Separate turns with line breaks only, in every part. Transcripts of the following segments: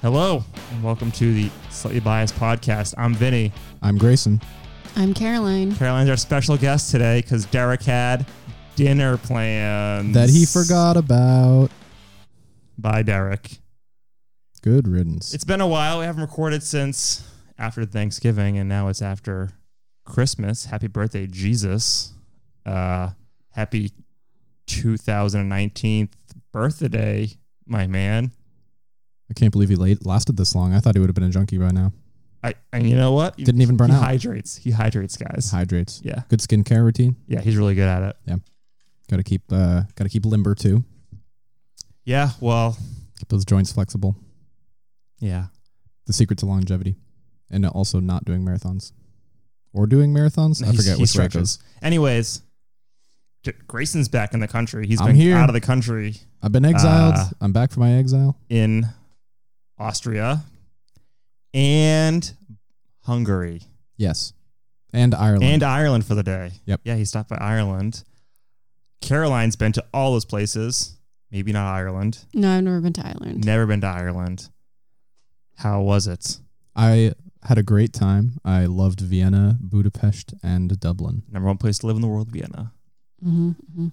Hello, and welcome to the Slightly Biased Podcast. I'm Vinny.
I'm Grayson.
I'm Caroline.
Caroline's our special guest today because Derek had dinner plans.
That he forgot about.
Bye, Derek.
Good riddance.
It's been a while. We haven't recorded since after Thanksgiving, and now it's after Christmas. Happy birthday, Jesus. Uh, happy 2019th birthday, my man.
I can't believe he late, lasted this long. I thought he would have been a junkie by now.
I, and you know what?
Didn't even burn
he
out.
hydrates. He hydrates, guys.
Hydrates.
yeah.
Good skincare routine.
Yeah, he's really good at it.
Got to keep uh, got to keep limber too.
Yeah, well,
Keep those joints flexible.
yeah.
The secret to longevity, and also not doing marathons, or doing marathons. I
He's-
forget
he
which way it
stretches.
goes.
Anyways, J- Grayson's back in the country. He's
I'm
been
here.
out of the country
I've been exiled.
Uh,
I'm back from my exile.
in Austria and Hungary
Yes, and Ireland.
and Ireland for the day.
Yep.
Yeah, he stopped by Ireland. Caroline's been to all those places. Maybe not Ireland.
No, I've never been to Ireland.
Never been to Ireland. How was it?
I had a great time. I loved Vienna, Budapest, and Dublin.
Number one place to live in the world, Vienna.
hmm hmm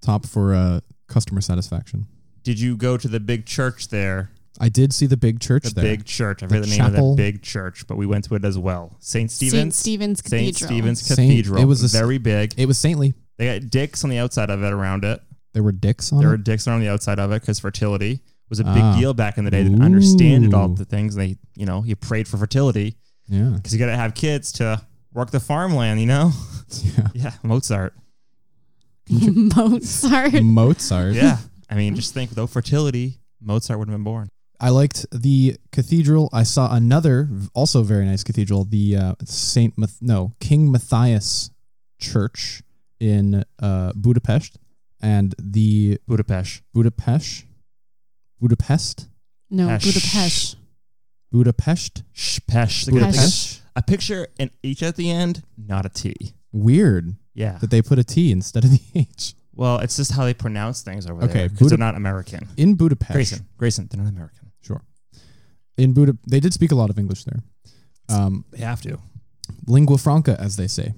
Top for uh, customer satisfaction.
Did you go to the big church there?
I did see the big church
The
there.
big church. I forget the,
The
name of
chapel.
that big church, but we went to it as well. St.
St.
Stephen's.
Stephen's
St.
Cathedral.
Stephen's
Saint-
Cathedral.
it was a s-
very big.
It was saintly.
They got dicks on the outside of it around it.
There were dicks on
There were
it.
dicks around the outside of it because fertility was a big
Uh-huh. Ah.
deal back in the day. They understanded all
Ooh.
the things. They, you know, you prayed for fertility
Yeah.
because you got to have kids to work the farmland. You know,
Yeah.
yeah, Mozart.
Mozart.
Mozart.
Yeah, I mean, just think without fertility, Mozart would have been born.
I liked the cathedral. I saw another v- also very nice cathedral, the uh, Saint Math- no King Matthias Church in uh, Budapest, and the
Budapest.
Budapest, Budapest,
No,
Pesh.
Budapest.
Budapest.
Shpesh. They gotta think
Budapest.
of- I picture an H at the end, not a T.
Weird
Yeah.
that they put a T instead of the H
Well, it's just how they pronounce things over
Okay,
there because
Buda-
they're not American.
in Budapest.
Grayson, Grayson, they're not American.
Sure. In Budapest, they did speak a lot of English there. Um,
They have to.
lingua franca, as they say.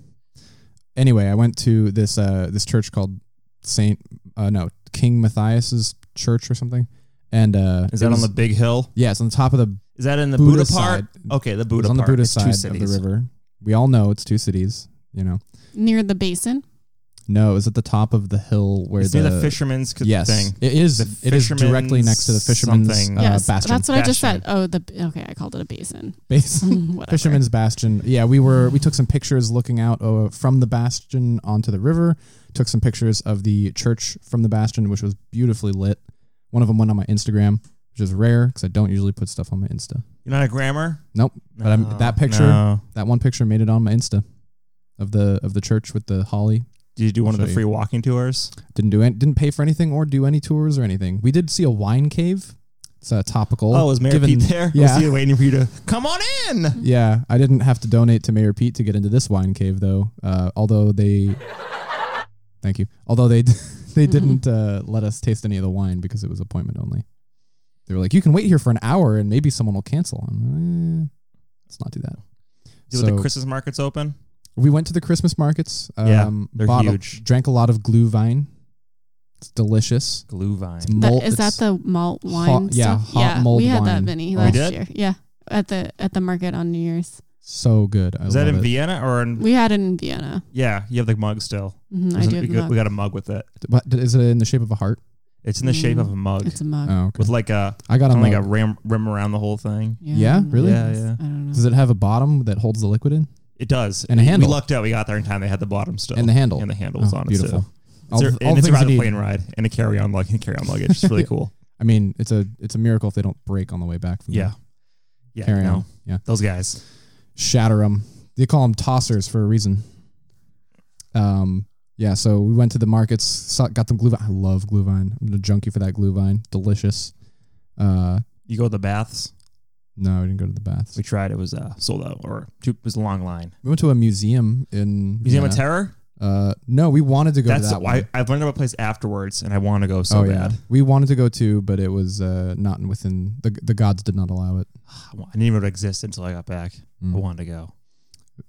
Anyway, I went to this uh, this church called Saint uh, no King Matthias's church or something, and uh,
Is that
it
on
was-
the big hill?
yeah? It's on the top of the
Is that in the
Buddha
Buddha, part?
side.
Okay, the Buddha
it's on the
part.
Buddha
It's two
side of
cities.
the river. We all know it's two cities. You know,
Near the basin.
no, it's at the top of the hill where
It's
the,
near the fisherman's c-
yes,
thing.
it is.
The
It is directly
fisherman's
next to the fisherman's
something.
uh,
yes,
bastion.
that's what I just
Bastion.
said. Oh, the okay, I called it a basin.
Base-
Whatever.
Fisherman's Bastion. Yeah, we were we took some pictures looking out uh, from the bastion onto the river. Took some pictures of the church from the bastion, which was beautifully lit. One of them went on my Instagram, which is rare because I don't usually put stuff on my Insta.
You're not a grammar?
Nope, but I'm, that picture,
no.
that one picture, made it on my Insta of the of the church with the holly.
Did you do one of the
Show you.
free walking tours?
Didn't do any, didn't pay for anything or do any tours or anything. We did see a wine cave. It's uh, topical.
Oh, was Mary
given-
Pete there?
Yeah.
Was he waiting for you to come on in?
Yeah, I didn't have to donate to Mayor Pete to get into this wine cave, though. Uh, although they, thank you. Although they, they
Mm-hmm.
didn't uh, let us taste any of the wine because it was appointment only. They were like, "You can wait here for an hour, and maybe someone will cancel." I'm like, eh, let's not do that.
Do with the
So-
Christmas markets open?
We went to the Christmas markets. Um,
Yeah, they're
bought a-
huge.
drank a lot of glue vine. It's delicious.
Glue
It's
vine.
That-
malt.
is that
it's-
the malt wine?
Hot- yeah,
stuff?
hot
yeah.
mulled
we had that
wine. Oh,
Vinny
We
last
did?
year. Yeah, at the at the market on New Year's.
so good? I
Is that
love
in
it.
Vienna or
Mm.
in?
We had it in Vienna.
Yeah, you have the mug still.
Mhm, I
Isn't-
do. have
we,
a
got,
mug.
we got a mug with it.
What is it in the shape of a heart?
It's in the shape
Mm.
of a mug
It's a mug.
Oh, okay.
with like a
I got a
kinda like a
mug.
rim rim around the whole thing.
Yeah,
I don't
really?
know.
Yeah, yeah.
I don't know.
uh, Does it have a bottom that holds the liquid in?
It does.
And a
We-
handle.
We lucked out. We got there in time. They had the bottom still.
And the handle.
And the handle was
Oh,
on
beautiful.
it too.
All
It's a-
the- all
and
the
it's
things
around a
you need.
plane ride and a carry on luggage. Carry on luggage. It's really cool.
I mean, it's a it's a miracle if they don't break on the way back. From
Yeah.
the
Yeah.
carry
no,
on. Yeah,
Those guys.
shatter them. They call them tossers for a reason. Um, yeah. So we went to the markets, saw, got them glue vine. I love glue vine. I'm a junkie for that glue vine. Delicious. Uh,
You go to the baths.
no, we didn't go to the baths.
We tried. It was uh, sold out or two, it was a long line.
We went to a museum in
Museum of
Vienna.
Terror.
Uh, no, we wanted to go
That's
to that one. Oh,
I, I've learned about a place afterwards, and I want to go so bad.
we wanted to go to, but it was uh, not within the the gods did not allow it.
I wa- I didn't even know it existed until I got back. I
Mm-hmm.
wanted to go.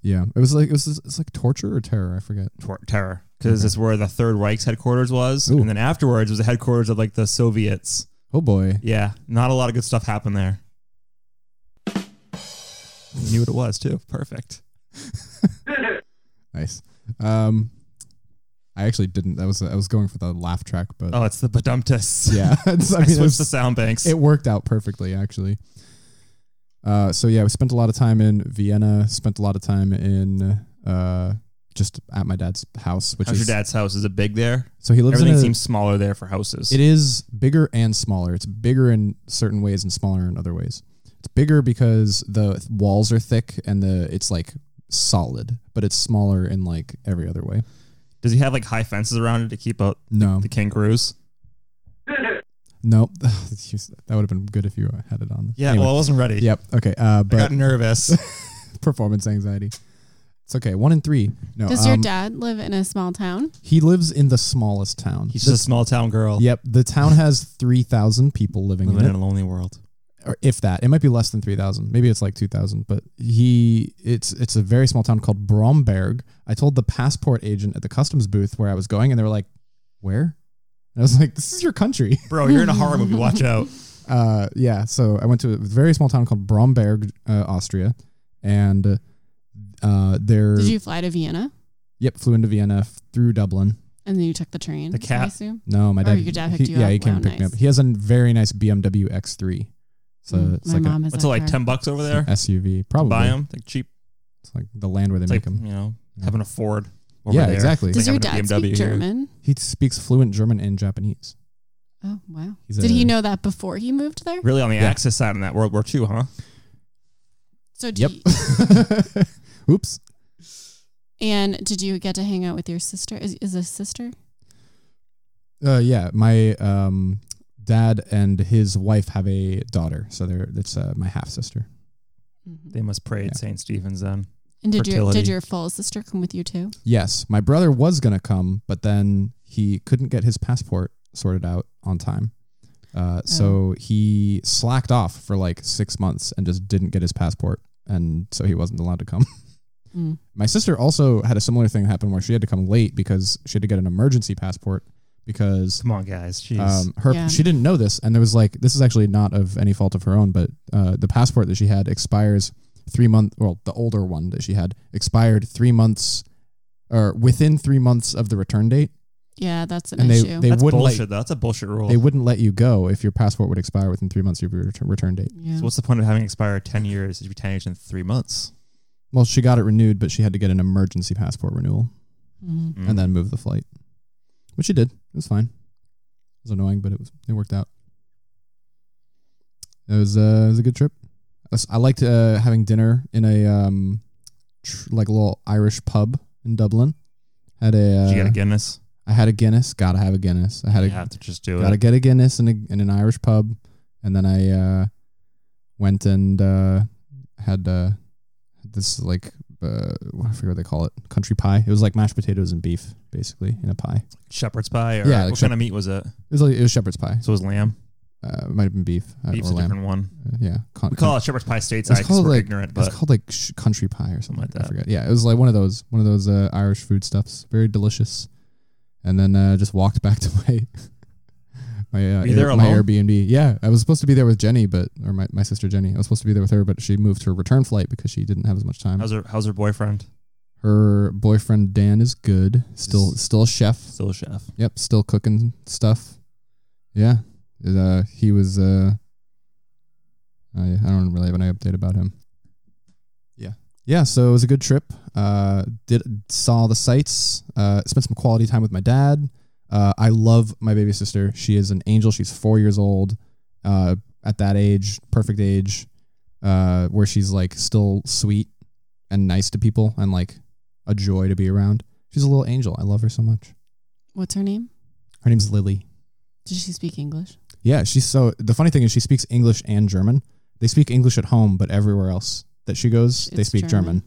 Yeah, it was like it was it's like torture or terror. I forget.
Tor- terror, because
Okay.
it's where the Third Reich's headquarters was,
Mm-hmm. Ooh.
and then afterwards was the headquarters of like the Soviets.
Oh boy,
Yeah, not a lot of good stuff happened there. You knew what it was too. Perfect.
nice. Um, I actually didn't. That was I was going for the laugh track, but
Oh, it's the Badumptus.
Uh, yeah, it's, I
I
mean, it
switched the
was-
sound banks.
it worked out perfectly actually. Uh, so yeah, we spent a lot of time in Vienna. Spent a lot of time in uh, just at my dad's house, which
How's
is
your dad's house? Is it big there?
so he lives
Everything
in a,
seems smaller there for houses.
It is bigger and smaller. It's bigger in certain ways and smaller in other ways. It's bigger because the th- walls are thick and the it's like solid, but it's smaller in like every other way.
Does he have like high fences around it to keep out
No,
the kangaroos?
no, that would have been good if you uh, had it on. Anyway.
I wasn't ready.
yep. Okay. Uh, but
nervous.
performance anxiety. It's okay. One in three. No.
Does your
um,
dad live in a small town?
He lives in the smallest town.
He's
The-
just a small town girl
Yep. The town has three thousand people living in
living
it.
in a lonely world.
or if that it might be less than 3000 maybe it's like 2000 but he it's it's a very small town called bromberg i told the passport agent at the customs booth where i was going and they were like where and i was like this is your country
Bro, you're in a horror movie. Watch out.
uh yeah so i went to a very small town called bromberg uh, austria and uh there
Did you fly to Vienna
yep flew into vienna f- through dublin
and then you took the train?
The cat.
I assume.
no my
Oh,
dad
your dad
he-
picked you
yeah
up.
he came
Wow,
and picked me
nice.
up he has a very nice bmw x3 so
Mm,
it's
my
like
mom has
What's
that
it like?
car.
Ten bucks over there?
a suv probably
Buy them like cheap.
it's like the land where they
It's
make
like
them
you know having a Ford. Over
yeah,
there.
exactly.
Does
They
your
have a
dad
BMW
speak
here.
German?
He speaks fluent German and Japanese.
Oh wow!
He's
Did
a-
he know that before he moved there?
Really on the
Yeah.
Axis side in that World War II, huh?
So do
Yep.
you-
Oops.
and did you get to hang out with your sister? Is is a sister?
Uh, yeah, my um, dad and his wife have a daughter, so they're that's uh, my half sister.
Mhm.
They must pray
Yeah.
at St. Stephen's then.
And did your did
fertility.
your full sister come with you too?
Yes, my brother was gonna come, but then he couldn't get his passport sorted out on time. Uh,
Oh.
So he slacked off for like six months and just didn't get his passport, and so he wasn't allowed to come.
Mm.
My sister also had a similar thing happen where she had to come late because she had to get an emergency passport because
Come on, guys. Jeez.
um, her
Yeah.
she didn't know this, and there was like this is actually not of any fault of her own, but uh, the passport that she had expires three month. Well, the older one that she had expired three months or within three months of the return date,
Yeah, that's an
and they
issue.
they
That's
wouldn't
bullshit,
let,
though. That's a bullshit rule.
they wouldn't let you go if your passport would expire within three months of your return, return date.
yeah.
So what's the point of having expired 10 years? It should be 10 years in three months.
Well, she got it renewed, but she had to get an emergency passport renewal
Mhm.
Mm.
and then move the flight, which she did. It was fine. It was annoying, but it was it worked out. It was uh, it was a good trip. I s- I liked uh, having dinner in a um, tr- like a little Irish pub in Dublin. Had a, uh,
Did you get a Guinness?
I had a Guinness. Gotta have a Guinness. I had
You
a
have to just do
gotta
it.
get a Guinness in, a, in an Irish pub, and then I uh, went and uh, had uh, this like uh, I forget what they call it, country pie. It was like mashed potatoes and beef, basically in a pie.
Shepherd's pie? Or
Yeah, like
what
shep-
kind of meat was it?
It was like it was shepherd's pie.
So it was lamb.
Uh, it might have been beef uh,
Beef's
or
a
lamb.
different one.
Uh, yeah, Con-
We call it shepherd's pie stateside
It's
because
called
we're
like-
ignorant,
it's
but
called like sh- country pie or
Something
something like
like
that. I
that.
forget. Yeah, it was like one of those one of those uh, Irish food stuffs. Very delicious. And then uh, just walked back to my my uh,
Were you there
my
alone?
Airbnb. Yeah, I was supposed to be there with Jenny, but or my, my sister Jenny. I was supposed to be there with her, but she moved her return flight because she didn't have as much time.
how's her, how's her boyfriend?
Her boyfriend Dan is good. Still
Is-
still a chef.
Still a chef.
Yep, still cooking stuff. Yeah, It, uh, he was. Uh, I I don't really have any update about him. Yeah, yeah. So it was a good trip. Uh, did saw the sights. Uh, spent some quality time with my dad. Uh, I love my baby sister. She is an angel. She's four years old. Uh, at that age, perfect age, uh, where she's like still sweet and nice to people and like a joy to be around. She's a little angel. I love her so much.
What's her name?
Her name's Lily.
Does she speak English?
Yeah, she's so. The funny thing is, she speaks English and German. They speak English at home, but everywhere else that she goes, they
It's
speak German.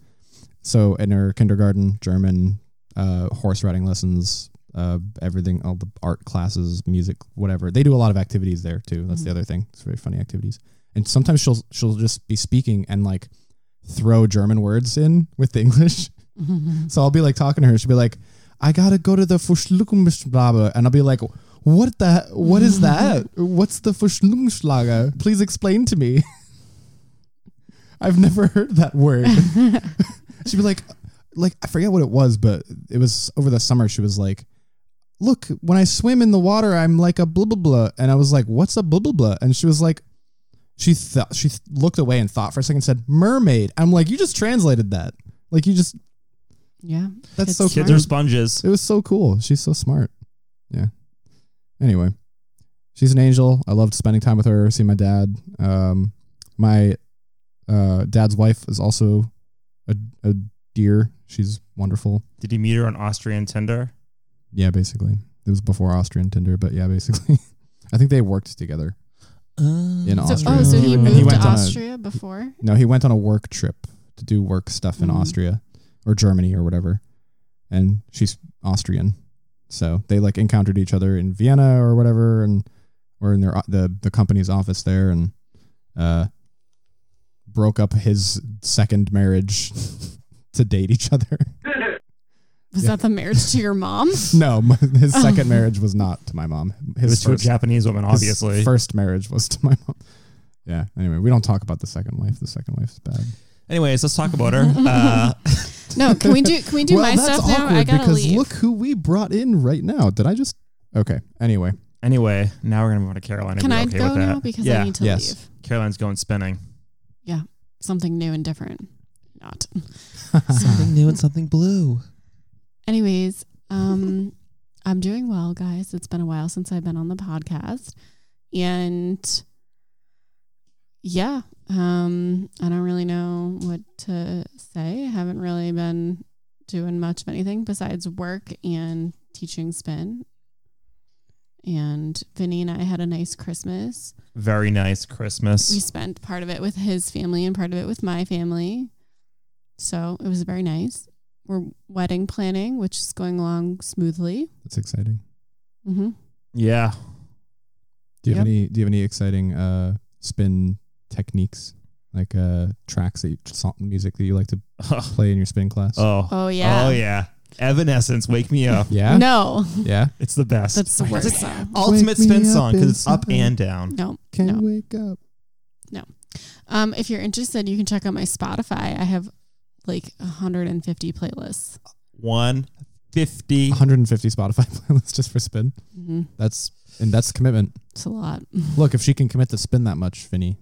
So in her kindergarten, German, uh, horse riding lessons, uh, everything, all the art classes, music, whatever. They do a lot of activities there too. That's the
Mhm.
other thing. It's very funny activities. And sometimes she'll she'll just be speaking and like throw German words in with the English. So I'll be like talking to her. She'll be like, I gotta go to the Verschluckungsblabe. And I'll be like, what the, what is that? What's the Verschluckungsschlager? Please explain to me. I've never heard that word. She'd be like, like, I forget what it was, but it was over the summer. She was like, look, when I swim in the water, I'm like a blah, blah, blah. And I was like, what's a blah, blah, blah? And she was like, she thought she th- looked away and thought for a second and said mermaid. I'm like, you just translated that. Like you just
yeah.
that's
It's
so
smart.
Kids are sponges.
it was so cool. She's so smart. Yeah. Anyway, she's an angel. I loved spending time with her, seeing my dad. Um, my uh, dad's wife is also a, a dear. She's wonderful.
Did you meet her on Austrian Tinder?
Yeah, basically. It was before Austrian Tinder, but yeah, basically. I think they worked together. In
So,
Austria.
Uh, oh, so
Oh.
he
And
moved
he
to
went on a-
Austria before?
No, he went on a work trip to do work stuff in
Mm-hmm.
Mhm.
Austria or Germany or whatever. And she's Austrian. So they like encountered each other in Vienna or whatever and or in their the the company's office there and uh broke up his second marriage to date each other.
Was
Yeah.
that the marriage to your mom?
no, my- his
Oh.
second marriage was not to my mom.
It
His
was to a
first,
Japanese woman,
his
obviously.
first marriage was to my mom. Yeah. Anyway, we don't talk about the second wife. The second wife's bad.
Anyways, let's talk about her. Uh,
No, can we do can we do my stuff now? I gotta
because
leave.
look who we brought in right now. Did I just? Okay. Anyway,
anyway, now we're gonna move on to Caroline. if
can
you're
I
okay
go
with that.
now? Because
yeah,
I need to
yes.
leave.
Caroline's going spinning.
Something new and different. Not.
Something new and something blue.
Anyways, um, I'm doing well, guys. It's been a while since I've been on the podcast, and yeah, um, I don't really know what to say. I haven't really been doing much of anything besides work and teaching spin. And Vinny and I had a nice Christmas.
Very nice
We
Christmas.
spent part of it with his family and part of it with my family. So it was very nice. We're wedding planning, which is going along smoothly.
that's exciting.
hmm
Yeah.
Do you have
Yep.
any? Do you have any exciting uh, spin techniques, like uh, tracks that you, song, music that you like to
Oh.
play in your spin class?
Oh
Oh, yeah.
yeah. Evanescence, wake me up.
yeah.
No,
Yeah.
It's the best.
that's the worst
It's
song.
ultimate
Wake me
spin
up
song because it's
in
up
summer.
and down.
No.
Can't
No.
wake up.
Um, if you're interested, you can check out my Spotify. I have like 150 playlists.
One fifty.
150 Spotify playlists just for spin.
hmm
That's and that's commitment.
It's a lot.
Look, if she can commit to spin that much, Vinny,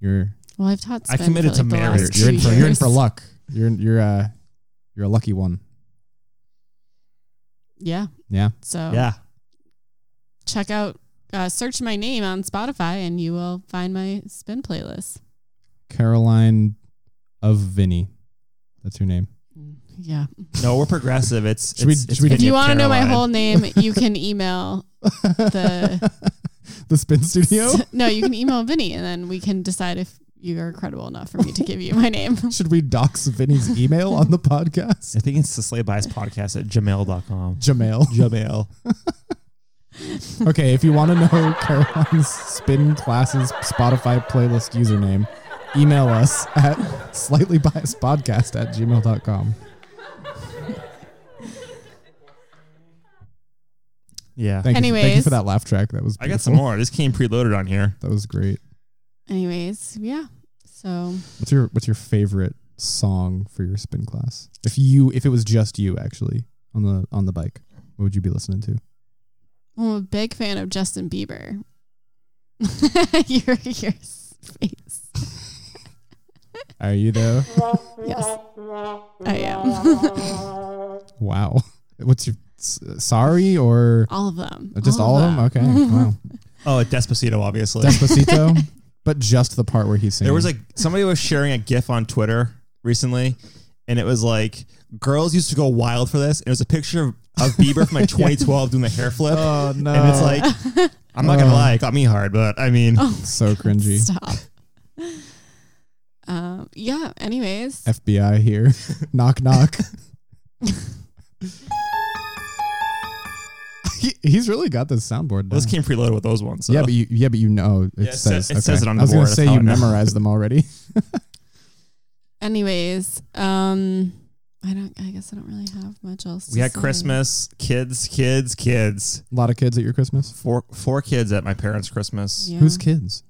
you're
Well, I've taught.
I
spin
committed
for,
to
like, the last
marriage.
two
you're in for you're in
years.
for luck. You're you're uh you're a lucky one.
Yeah.
Yeah.
So
Yeah.
check out, uh, search my name on Spotify, and you will find my spin playlist.
Caroline of Vinny. That's her name.
Yeah.
No, we're progressive. It's
Should we-
it's- it's
should we-
Vinny
If
and
you want to know my
Caroline.
whole name, you can email the
The Spin Studio.
no, you can email Vinny, and then we can decide if you are credible enough for me to give you my name.
Should we dox Vinny's email on the podcast?
I think it's the Slay Bias podcast at gmail.com.
Jamail.
Jamail.
Okay, if you want to know Caroline's Spin Classes Spotify playlist username, email us at slightlybiaspodcast at gmail.com.
Yeah.
Thank you, thank you
Anyways.
for that laugh track. That was
I got some
beautiful.
more. This came preloaded on here.
That was great.
Anyways, yeah. So
What's your What's your favorite song for your spin class? If you If it was just you actually on the on the bike, what would you be listening to?
I'm a big fan of Justin Bieber. your your face.
Are you though?
Yes, I am.
Wow. What's your s- sorry or
all of them.
Oh, just all, of them? Okay. Wow.
Oh, Despacito, obviously.
Despacito, but just the part where he's singing.
There was like somebody was sharing a GIF on Twitter recently, and it was like girls used to go wild for this. And it was a picture of, of Bieber from like 2012 doing the hair flip,
oh no,
and it's like I'm not gonna
Oh.
lie, it got me hard, but I mean,
Uh. Oh,
so cringy.
Stop. Um. Yeah. Anyways.
FBI here. knock knock. He, he's really got this soundboard.
Well, this came
down.
preloaded with those ones. So.
Yeah, but you yeah, but you know it
Yeah, it
says
sa- it says it
okay.
on the
I was
board.
gonna
That's
say
how
you
I know.
memorized them already.
Anyways, um, I don't. I guess I don't really have much else.
we
to
had
say.
Christmas, kids, kids, kids.
A lot of kids at your Christmas.
Four four kids at my parents' Christmas.
Yeah.
Who's kids?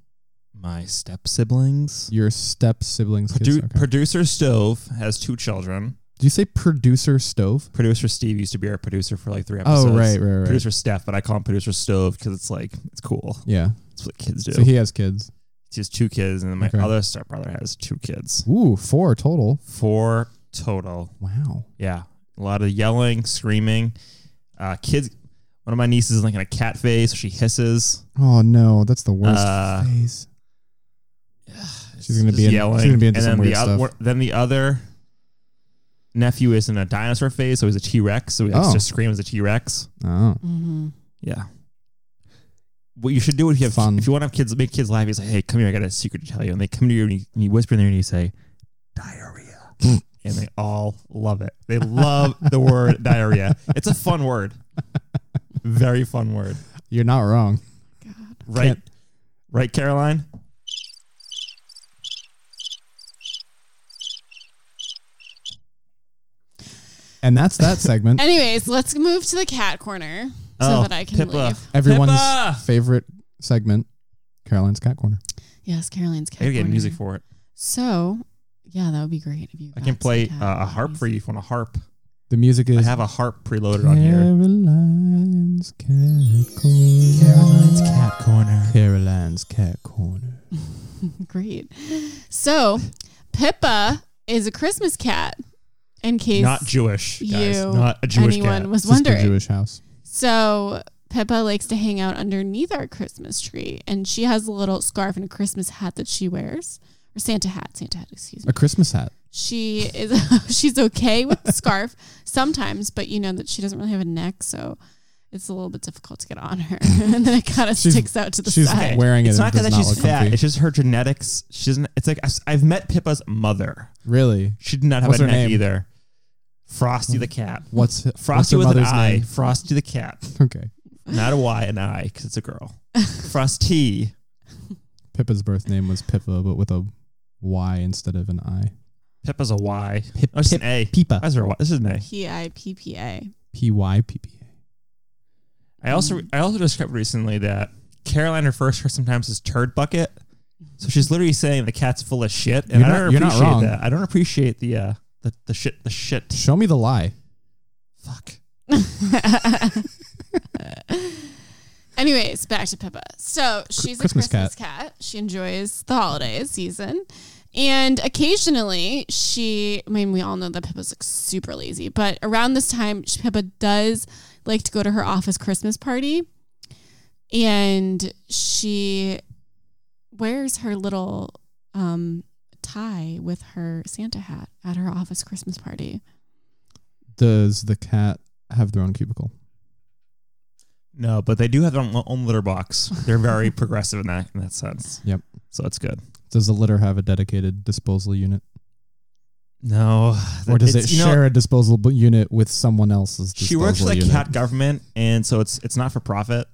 My step siblings.
Your step siblings. Kids.
Produ-
Okay.
Producer Stove has two children.
Do you say producer stove?
Producer Steve used to be our producer for like three episodes.
Oh right, right, right.
Producer Steph, but I call him Producer Stove because it's like it's cool.
Yeah.
It's what kids do.
So he has kids.
He has two kids, and then my
Okay.
other stepbrother has two kids.
Ooh, four total.
Four total.
Wow.
Yeah. A lot of yelling, screaming. Uh, kids. One of my nieces is like in a cat phase. She hisses.
Oh no, that's the worst
Uh,
phase. She's gonna
Just
be in-
yelling.
she's gonna be into
and
some
then
weird
the oth-
stuff.
one- then the other nephew is in a dinosaur phase, so he's a T Rex. So he likes
Oh.
to scream as a T Rex.
Oh.
hmm
Yeah. What you should do if you have
Fun.
if you want to have kids make kids laugh, you say, "Hey, come here, I got a secret to tell you." And they come to you and you, and you whisper in there and you say, "Diarrhea," and they all love it. They love the word diarrhea. It's a fun word, very fun word,
You're not wrong.
God.
right?
Can't-
Right, Caroline.
And that's that segment.
Anyways, let's move to the cat corner so
Oh,
that I can
Pippa.
leave.
Everyone's
Pippa!
favorite segment, Caroline's Cat Corner.
Yes, Caroline's cat.
I gotta get
corner.
music for it.
So, yeah, that would be great if you.
I
got
can play
some cat
uh, a harp for
movies.
you if you want a harp.
The music
I
is
have a harp preloaded on here.
Caroline's Cat Corner. Caroline's Cat
corner.
Caroline's Cat Corner.
Great. So, Pippa is a Christmas cat. In case
Not Jewish, guys.
you-
Not a Jewish
anyone
cat.
was
Sister
wondering.
Jewish house.
So Pippa likes to hang out underneath our Christmas tree, and she has a little scarf and a Christmas hat that she wears, or Santa hat, Santa hat, excuse me.
A Christmas hat.
She is she's okay with the scarf sometimes, but you know that she doesn't really have a neck, so it's a little bit difficult to get on her, and then it kind of
She's-
sticks out to the
She's
side.
wearing it.
It's
and
not
it does
that she's
look
fat.
comfy.
It's just her genetics. She doesn't. It's like I've, I've met Pippa's mother.
Really?
She did not have
What's
a
her
neck
name?
either. Frosty the cat.
What's
Frosty
what's
with an
her mother's
I.
name?
Frosty the cat.
Okay.
Not a Y, an I, because it's a girl. Frosty.
Pippa's birth name was Pippa, but with a Y instead of an I.
Pippa's a Y.
Pip,
Oh, it's an A.
Pippa.
That's her Y. This is an A.
P I P P A.
P Y P P A.
I also I also discovered recently that Caroline refers to her sometimes as turd bucket. So she's literally saying the cat's full of shit, and
You're
I
not-
don't
you're
appreciate
not wrong.
that. I don't appreciate the uh, the the shit the shit.
Show me the lie.
Fuck.
Anyways, back to Pippa. So she's
Christmas
a Christmas cat. She enjoys the holiday season. And occasionally she, I mean, we all know that Pippa's like super lazy, but around this time, she- Pippa does like to go to her office Christmas party. And she wears her little um, tie with her Santa hat at her office Christmas party.
Does the cat have their own cubicle?
No, but they do have their own, own litter box. They're very progressive in that in that sense.
Yep.
So it's good.
Does the litter have a dedicated disposal unit?
No,
Or does
it's-
it
you know,
share a disposable unit with someone else's disposal
she works for the
unit?
cat government, and so it's it's not for profit.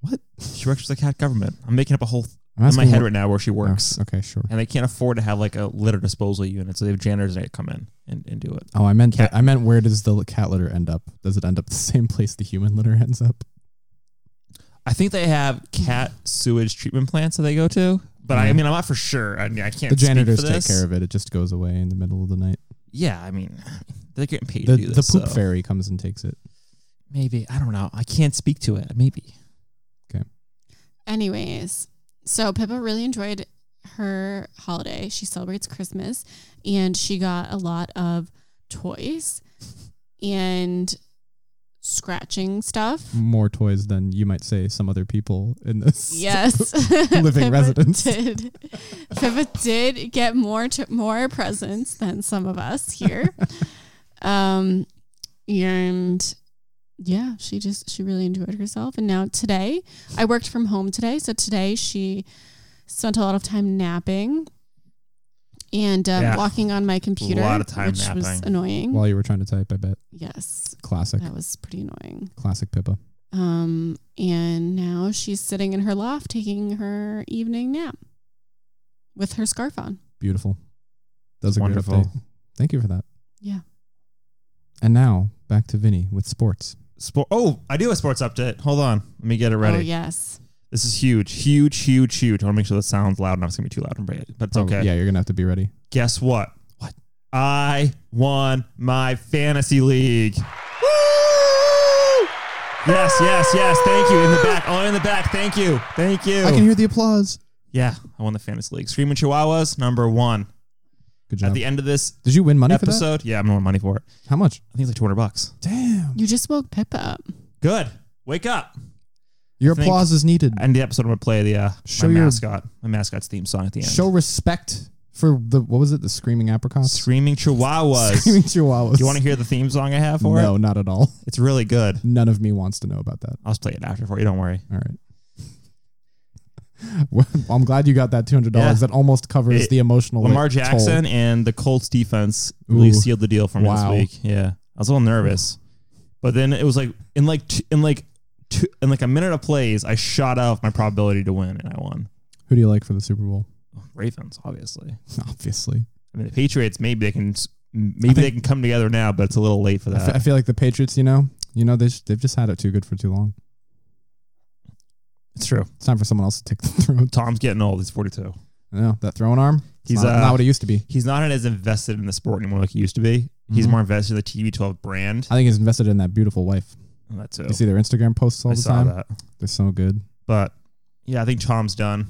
What?
She works for the cat government. I'm making up a whole th-
I'm
in my
asking
head
what-
right now where she works,
Oh, okay, sure.
and they can't afford to have like a litter disposal unit, so they have janitors that come in and, and do it.
Oh, I meant
Cat-
I meant where does the cat litter end up? Does it end up the same place the human litter ends up?
I think they have cat sewage treatment plants that they go to, but I,
Yeah.
mean, I'm not for sure. I, mean, I can't.
The janitors
speak for
take
this.
care of it. It just goes away in the middle of the night.
Yeah, I mean, they're getting paid
The
to do
the
this.
poop
so
fairy comes and takes it.
Maybe I don't know. I can't speak to it. Maybe.
Anyways, so Pippa really enjoyed her holiday. She celebrates Christmas and she got a lot of toys and scratching stuff.
More toys than you might say some other people in this.
Yes.
Living
Pippa
residents.
Did. Pippa did get more to, more presents than some of us here. um and yeah, she just she really enjoyed herself and now today I worked from home today, so today she spent a lot of time napping. and um,
Yeah.
blocking on my computer,
lot of time
which was
napping.
annoying.
While you were trying to type, I bet.
yes,
Classic.
that was pretty annoying.
Classic Pippa.
Um, and now she's sitting in her loft taking her evening nap with her scarf on.
Beautiful. That was a
Wonderful.
great update. Thank you for that.
Yeah.
And now back to Vinny with sports.
Sport. Oh, I do have a sports update. Hold on, let me get it ready.
Oh yes.
This is huge, huge, huge, huge. I want to make sure that sounds loud enough. It's gonna be too loud, and bright, but it's okay.
Yeah, you're gonna have to be ready.
Guess what? Oh, What? I won my fantasy league. Woo! Yes, yes, yes. Thank you. In the back. Oh, in the back. Thank you. Thank you.
I can hear the applause.
yeah, I won the fantasy league. Screaming Chihuahuas, number one.
Good
At
job.
the end of this
Did you win money for
episode, yeah, I'm gonna win money for it.
that? How much?
I think it's like 200 bucks.
Damn.
You just woke Pippa up.
Good. Wake up.
Your
I think-
applause is needed.
End of the episode. I'm gonna play the uh,
Show
my
your-
mascot. My mascot's theme song at the end.
Show respect for the what was it? The screaming apricots.
Screaming Chihuahuas.
Screaming chihuahuas.
Do you want to hear the theme song I have for
No,
it?
not at all.
It's really good.
None of me wants to know about that.
I'll just play it after for you. Don't worry.
All right. Well, I'm glad you got that two hundred dollars.
Yeah.
That almost covers
It-
the emotional
Lamar
toll.
Jackson and the Colts defense really
Ooh.
sealed the deal for me
Wow.
this week. Yeah, I was a little nervous, but then it was like in like t- in like two, in like a minute of plays, I shot off my probability to win and I won.
Who do you like for the Super Bowl?
Ravens, obviously.
Obviously,
I mean, the Patriots. Maybe they can s- maybe they can come together now, but it's a little late for
I, f- I
that.
feel like the Patriots. You know, you know they sh- they've just had it too good for too long.
It's true.
It's time for someone else to take the throne.
Tom's getting old. He's forty two.
No, that throwing arm. It's
He's,
not,
uh,
not what it used to be.
He's not as invested in the sport anymore like he used to be. He's
Mhm.
more invested in the TV12 brand.
I think he's invested in that beautiful wife.
And that too.
You see their Instagram posts all
I
the
saw
time.
that.
They're so good.
But yeah, I think Tom's done.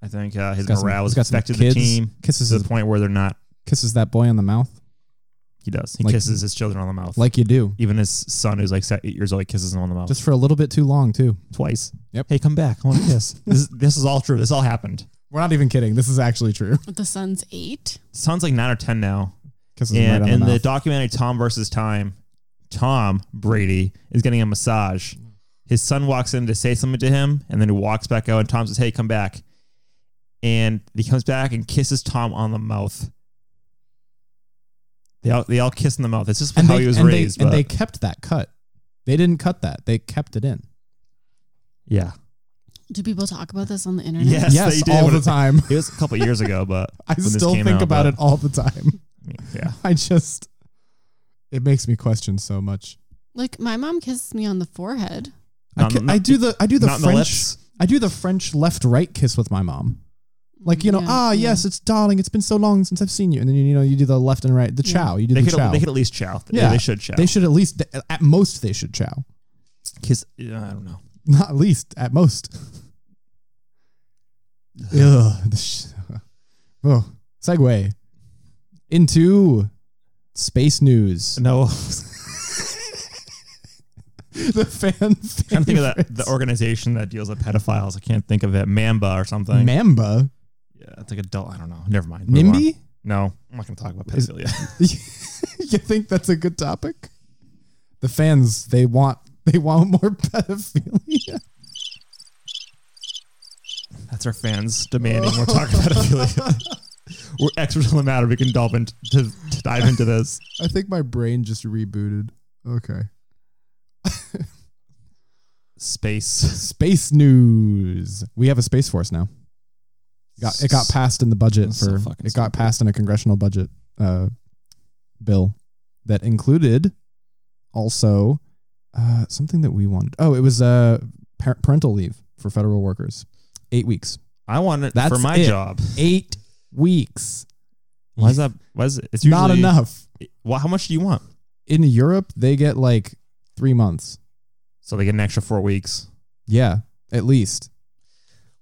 I think uh, his
He's got some-
morale
he's
has
got some
affected the
kids.
team
Kisses
to
his,
the point where they're not.
kisses that boy on the mouth
He does. He
Like-
kisses his children on the mouth.
like you do,
even his son, who's like se- eight years old, he kisses him on the mouth
just for a little bit too long too.
twice.
Yep.
Hey, come back. I want to kiss. this, is, this is all true. This all happened.
We're not even kidding. This is actually true.
The sun's eight.
Sounds like nine or ten now.
Kisses him
And
right on
in
the
the,
mouth.
documentary Tom versus Time, Tom Brady is getting a massage. His son walks in to say something to him, and then he walks back out, and Tom says, "Hey, come back." And he comes back and kisses Tom on the mouth. They all they all kiss in the mouth. It's just how he was
and
raised.
They, and
but
they kept that cut. They didn't cut that. They kept it in.
yeah,
Do people talk about this on the internet?
yes,
yes,
they did
all
when
the
it-
time.
It was a couple years ago, but
I
when this
still
came
think
out,
about
but-
it all the time.
I mean, yeah,
I just, it makes me question so much.
Like my mom kisses me on the forehead.
I,
Not-
ca-
not-
I do the I do the
not in the
French
lips.
I do the French left right kiss with my mom. Like you know,
Yeah,
ah
yeah.
yes, it's darling. It's been so long since I've seen you. And then you, you know you do the left and right, the
Yeah.
chow. You do
They
the
could,
chow.
they could at least chow. Yeah,
Yeah.
they should chow.
They should at least at most they should chow.
kiss. yeah, I don't know.
Not at least at most. Ugh. the sh- Oh, segue into space news.
No,
the fan
trying to think of that the organization that deals with pedophiles. I can't think of it. Mamba or something.
Mamba
yeah, it's like adult. I don't know. Never mind. Move on.
NIMBY.
No, I'm not going to talk about
Is-
pedophilia.
you think that's a good topic? The fans they want they want more pedophilia.
That's our fans demanding we're talking pedophilia. we're experts on the matter. We can delve into to, to dive into this.
I think my brain just rebooted. Okay.
Space.
Space news. We have a space force now. Got, it got passed in the budget
That's so
for
fucking
it got
stupid.
passed in a congressional budget uh, bill that included also uh, something that we wanted. Oh, it was uh, par- parental leave for federal workers, eight weeks.
I want it
That's
for my
it.
job.
Eight weeks.
Why is that? Why is it? It's
It's not
usually-
enough.
Well, how much do you want?
In Europe, they get like three months.
So they get an extra four weeks.
Yeah, at least.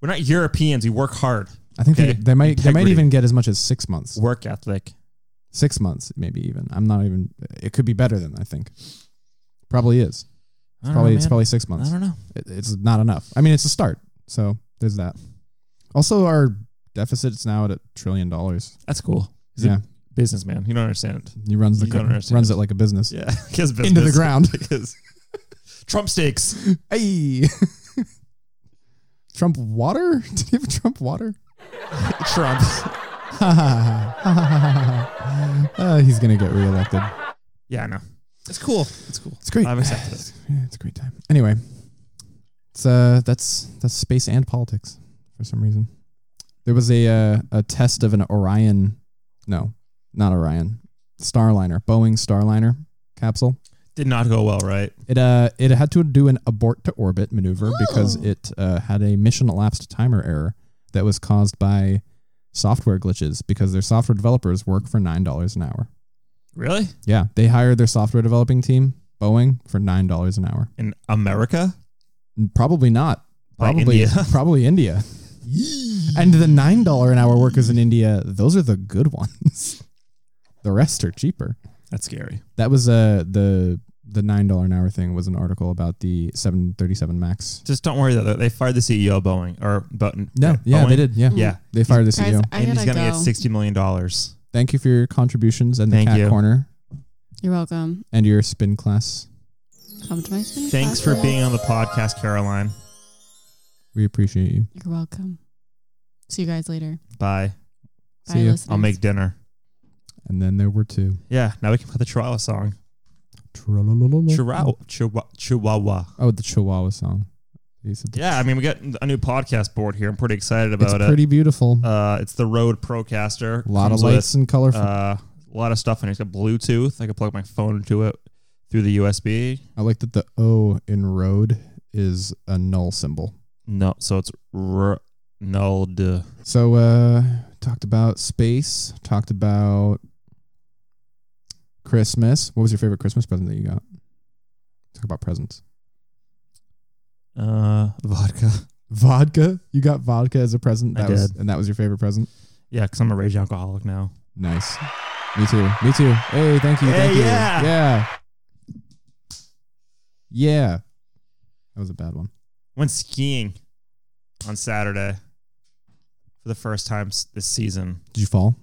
We're not Europeans. We work hard.
I think
Okay.
they, they might they might
Integrity.
even get as much as six months.
Work ethic.
six months, maybe even. I'm not even. It could be better than I think. Probably is.
I don't
Probably
know,
it's
man.
probably six
I
months.
don't know.
It, it's not enough. I mean, it's a start. So there's that. Also, our deficit's now at a trillion dollars.
That's cool. He's
Yeah,
a businessman. You don't understand.
he runs the
You don't
co-
understand.
runs it like a business
Yeah. He has
into the
business.
ground.
Because Trump stakes.
hey, Trump water? Did he have Trump water?
Trump.
uh, he's gonna get reelected.
Yeah, I know. It's cool. It's cool.
It's great.
I've accepted it.
It's, yeah, it's a great time. Anyway, it's uh, that's that's space and politics for some reason. There was a uh, a test of an Orion, no, not Orion, Starliner, Boeing Starliner capsule.
Did not go well, right?
It uh, it had to do an abort to orbit maneuver because
Oh.
it uh, had a mission elapsed timer error that was caused by software glitches because their software developers work for nine dollars an hour.
Really?
Yeah, they hired their software developing team, Boeing, for nine dollars an hour.
In America?
Probably not.
Like
Probably
India.
probably India. And the nine dollar an hour workers in India, those are the good ones. the rest are cheaper.
That's scary.
That was uh the the nine dollar an hour thing was an article about the seven thirty seven Max.
Just don't worry though. They fired the CEO of Boeing or Button.
No, yeah,
Boeing.
they did. Yeah,
Yeah,
they fired the
Guys,
CEO.
I
and he's
gotta
gonna
go.
get sixty million dollars.
Thank you for your contributions and the
Thank
cat
you.
corner
You're welcome.
and your spin class.
Come to my spin
Thanks
class,
for
guys.
being on the podcast, Caroline.
We appreciate you.
You're welcome. See you guys later.
Bye.
Bye,
See you.
listeners.
I'll make dinner.
And then there were two.
Yeah. Now we can play the Chihuahua song.
Chihuahua.
Chihuahua. Chihuahua. Chihuahua.
Oh, the Chihuahua song. They said-
Yeah. I mean, we got a new podcast board here. I'm pretty excited
It's
about it.
pretty beautiful.
Uh, it's the Rode Procaster.
a lot of
Comes with,
lights and colorful.
Uh, a lot of stuff in it. It's got Bluetooth. I can plug my phone into it through the USB.
I like that the O in road is a null symbol.
No, so it's r- nulled.
So uh talked about space, talked about Christmas. What was your favorite Christmas present that you got? Talk about presents.
Uh, vodka.
Vodka. You got vodka as a present.
I
That was
did.
and that was your favorite present.
Yeah, because I'm a rage alcoholic now.
Nice. Me too. Me too. Hey, thank you.
Hey,
thank you.
yeah.
Yeah. Yeah. That was a bad one.
Went skiing on Saturday for the first time s- this season.
Did you fall?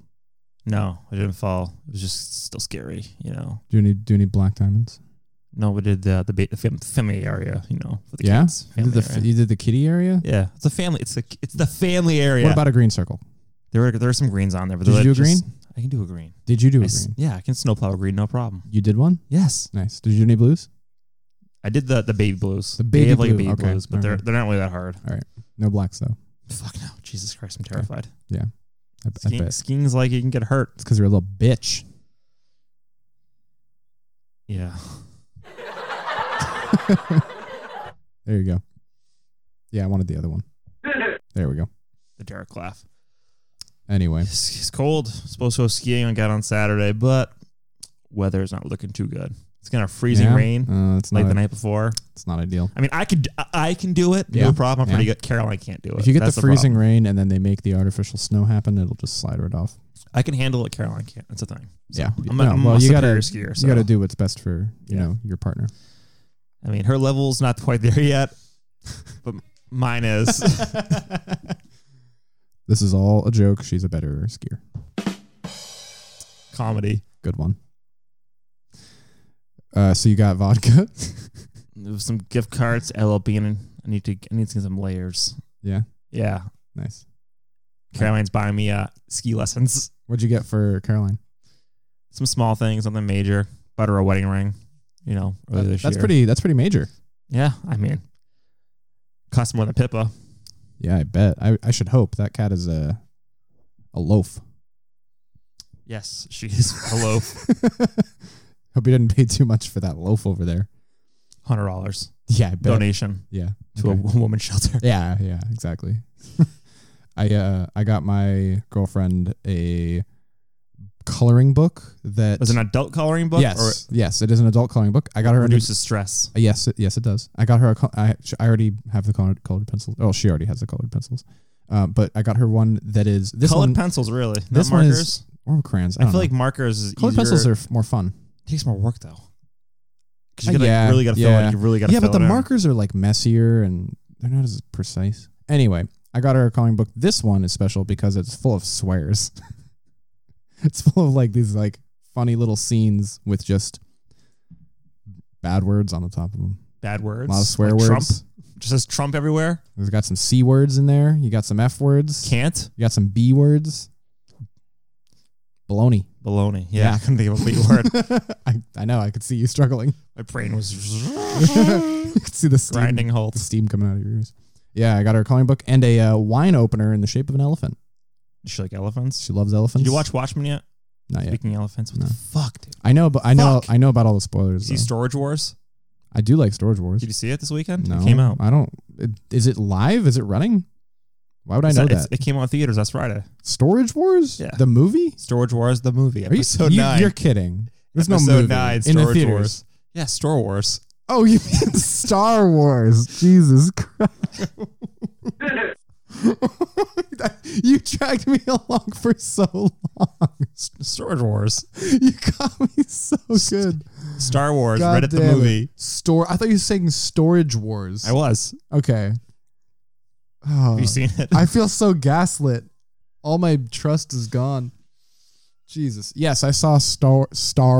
No, I didn't fall. It was just still scary, you know.
Do you need do you need black diamonds?
No, we did the the, ba- the fam- family area, you know, for the
Yeah?
kids.
You did,
Family
the, f-
area.
you did the kitty area?
yeah, it's a family. It's the it's the family area.
What about a green circle?
there? Were, there are some greens on there, but
Did
they're
you do a green?
just- I can do a green.
Did you do
I
a
s-
green?
Yeah, I can snowplow a green, no problem.
You did one?
Yes,
Nice. Did you do any blues?
I did the the baby blues.
The
They
baby
have, like,
blue,
baby
okay,
blues, but they're
alright.
they're not really that hard.
No blacks though.
Fuck no, Jesus Christ, I'm terrified.
I, I
Skiing,
bet.
skiing's like you can get hurt.
It's because you're a little bitch.
Yeah.
There you go. Yeah, I wanted the other one. There we go.
The Derek laugh.
Anyway,
It's, it's cold. Supposed to go skiing again on Saturday, but weather is not looking too good. It's gonna freezing
Yeah,
rain
Uh, it's
like
not.
the
a-
night before.
it's not ideal.
I mean, I could, I- I can do it.
Yeah.
No problem. I'm pretty
Yeah.
good. Caroline can't do it.
If you get
That's
the freezing
problem.
rain and then they make the artificial snow happen, it'll just slide right off.
I can handle it. Caroline can't. That's a thing. So,
yeah.
I'm, a- I'm
well,
a
you gotta
superior skier. So.
you gotta do what's best for you
Yeah.
know your partner.
I mean, her level's not quite there yet, but mine is.
This is all a joke. She's a better skier.
Comedy.
Good one. Uh, so you got vodka.
There was some gift cards. LL Bean. and I need to. I need to get some layers.
yeah.
Yeah.
Nice.
Caroline's buying me uh, ski lessons.
What'd you get for Caroline?
Some small things, nothing major. Bought her a wedding ring. You know, earlier
That-
this
that's
year.
pretty. That's pretty major.
Yeah, I mean, cost more than Pippa.
Yeah, I bet. I, I should hope that cat is a a loaf.
Yes, she is. Hello,
Hope you didn't pay too much for that loaf over there.
hundred dollars
Yeah, I bet.
donation
Yeah.
to
okay.
a woman's shelter.
yeah, yeah, exactly. I uh I got my girlfriend a coloring book that
Was it an adult coloring book?
yes yes it is an adult coloring book. I got
or
her a new
reduces stress.
Uh, Yes, it, yes, it does. I got her. A col- I sh- I already have the colored, colored pencils. Oh, she already has the colored pencils. Uh, but I got her one that is this
Colored
one
pencils, really. Not
this one
markers.
is- or crayons. I,
I,
don't
feel
know.
like markers is
colored
easier.
pencils are f- more fun.
takes more work though. Because
Uh,
you gotta,
yeah,
you really got to fill
yeah.
it. You really got to
Yeah,
fill
but the
it in.
markers are like messier and they're not as precise. Anyway, I got her a coloring book. This one is special because it's full of swears. it's full of like these like funny little scenes with just bad words on the top of them.
bad words.
A lot of swear
Like
words.
Trump just says Trump everywhere.
It's got some c words in there. You got some f words.
Can't
You got some B words. Baloney.
Baloney. Yeah,
Yeah.
I couldn't think of a complete word.
I, I know. I could see you struggling.
My brain was
you could see the steam,
grinding
the
halts.
steam coming out of your ears. Yeah, I got her a coloring book and a uh, wine opener in the shape of an elephant.
She like elephants.
She loves elephants.
Did you watch Watchmen yet?
Not yet.
Speaking of elephants, what
No.
the fuck, dude?
I know, but I know,
Fuck.
I know about all the spoilers.
Did you see
though.
Storage Wars?
I do like Storage Wars.
Did you see it this weekend?
no,
It came out.
I don't. It, is it live? Is it running? Why would I
It's-
know
it's-
that?
It came out in theaters last Friday.
Storage Wars,
Yeah.
the movie.
Storage Wars, the movie.
Are you,
episode
you,
nine.
You're kidding. There's
episode
no movie
nine.
in
Storage
the theaters.
Wars. Yeah, Star Wars.
Oh, you mean Star Wars? Jesus Christ! you dragged me along for so long.
S- Storage Wars.
You got me so good.
Star Wars.
God
Read Reddit the
damn it.
movie.
Store. I thought you were saying Storage Wars.
I was.
okay. Oh,
Have you seen it?
I feel so gaslit. All my trust is gone. Jesus. Yes, I saw Star Star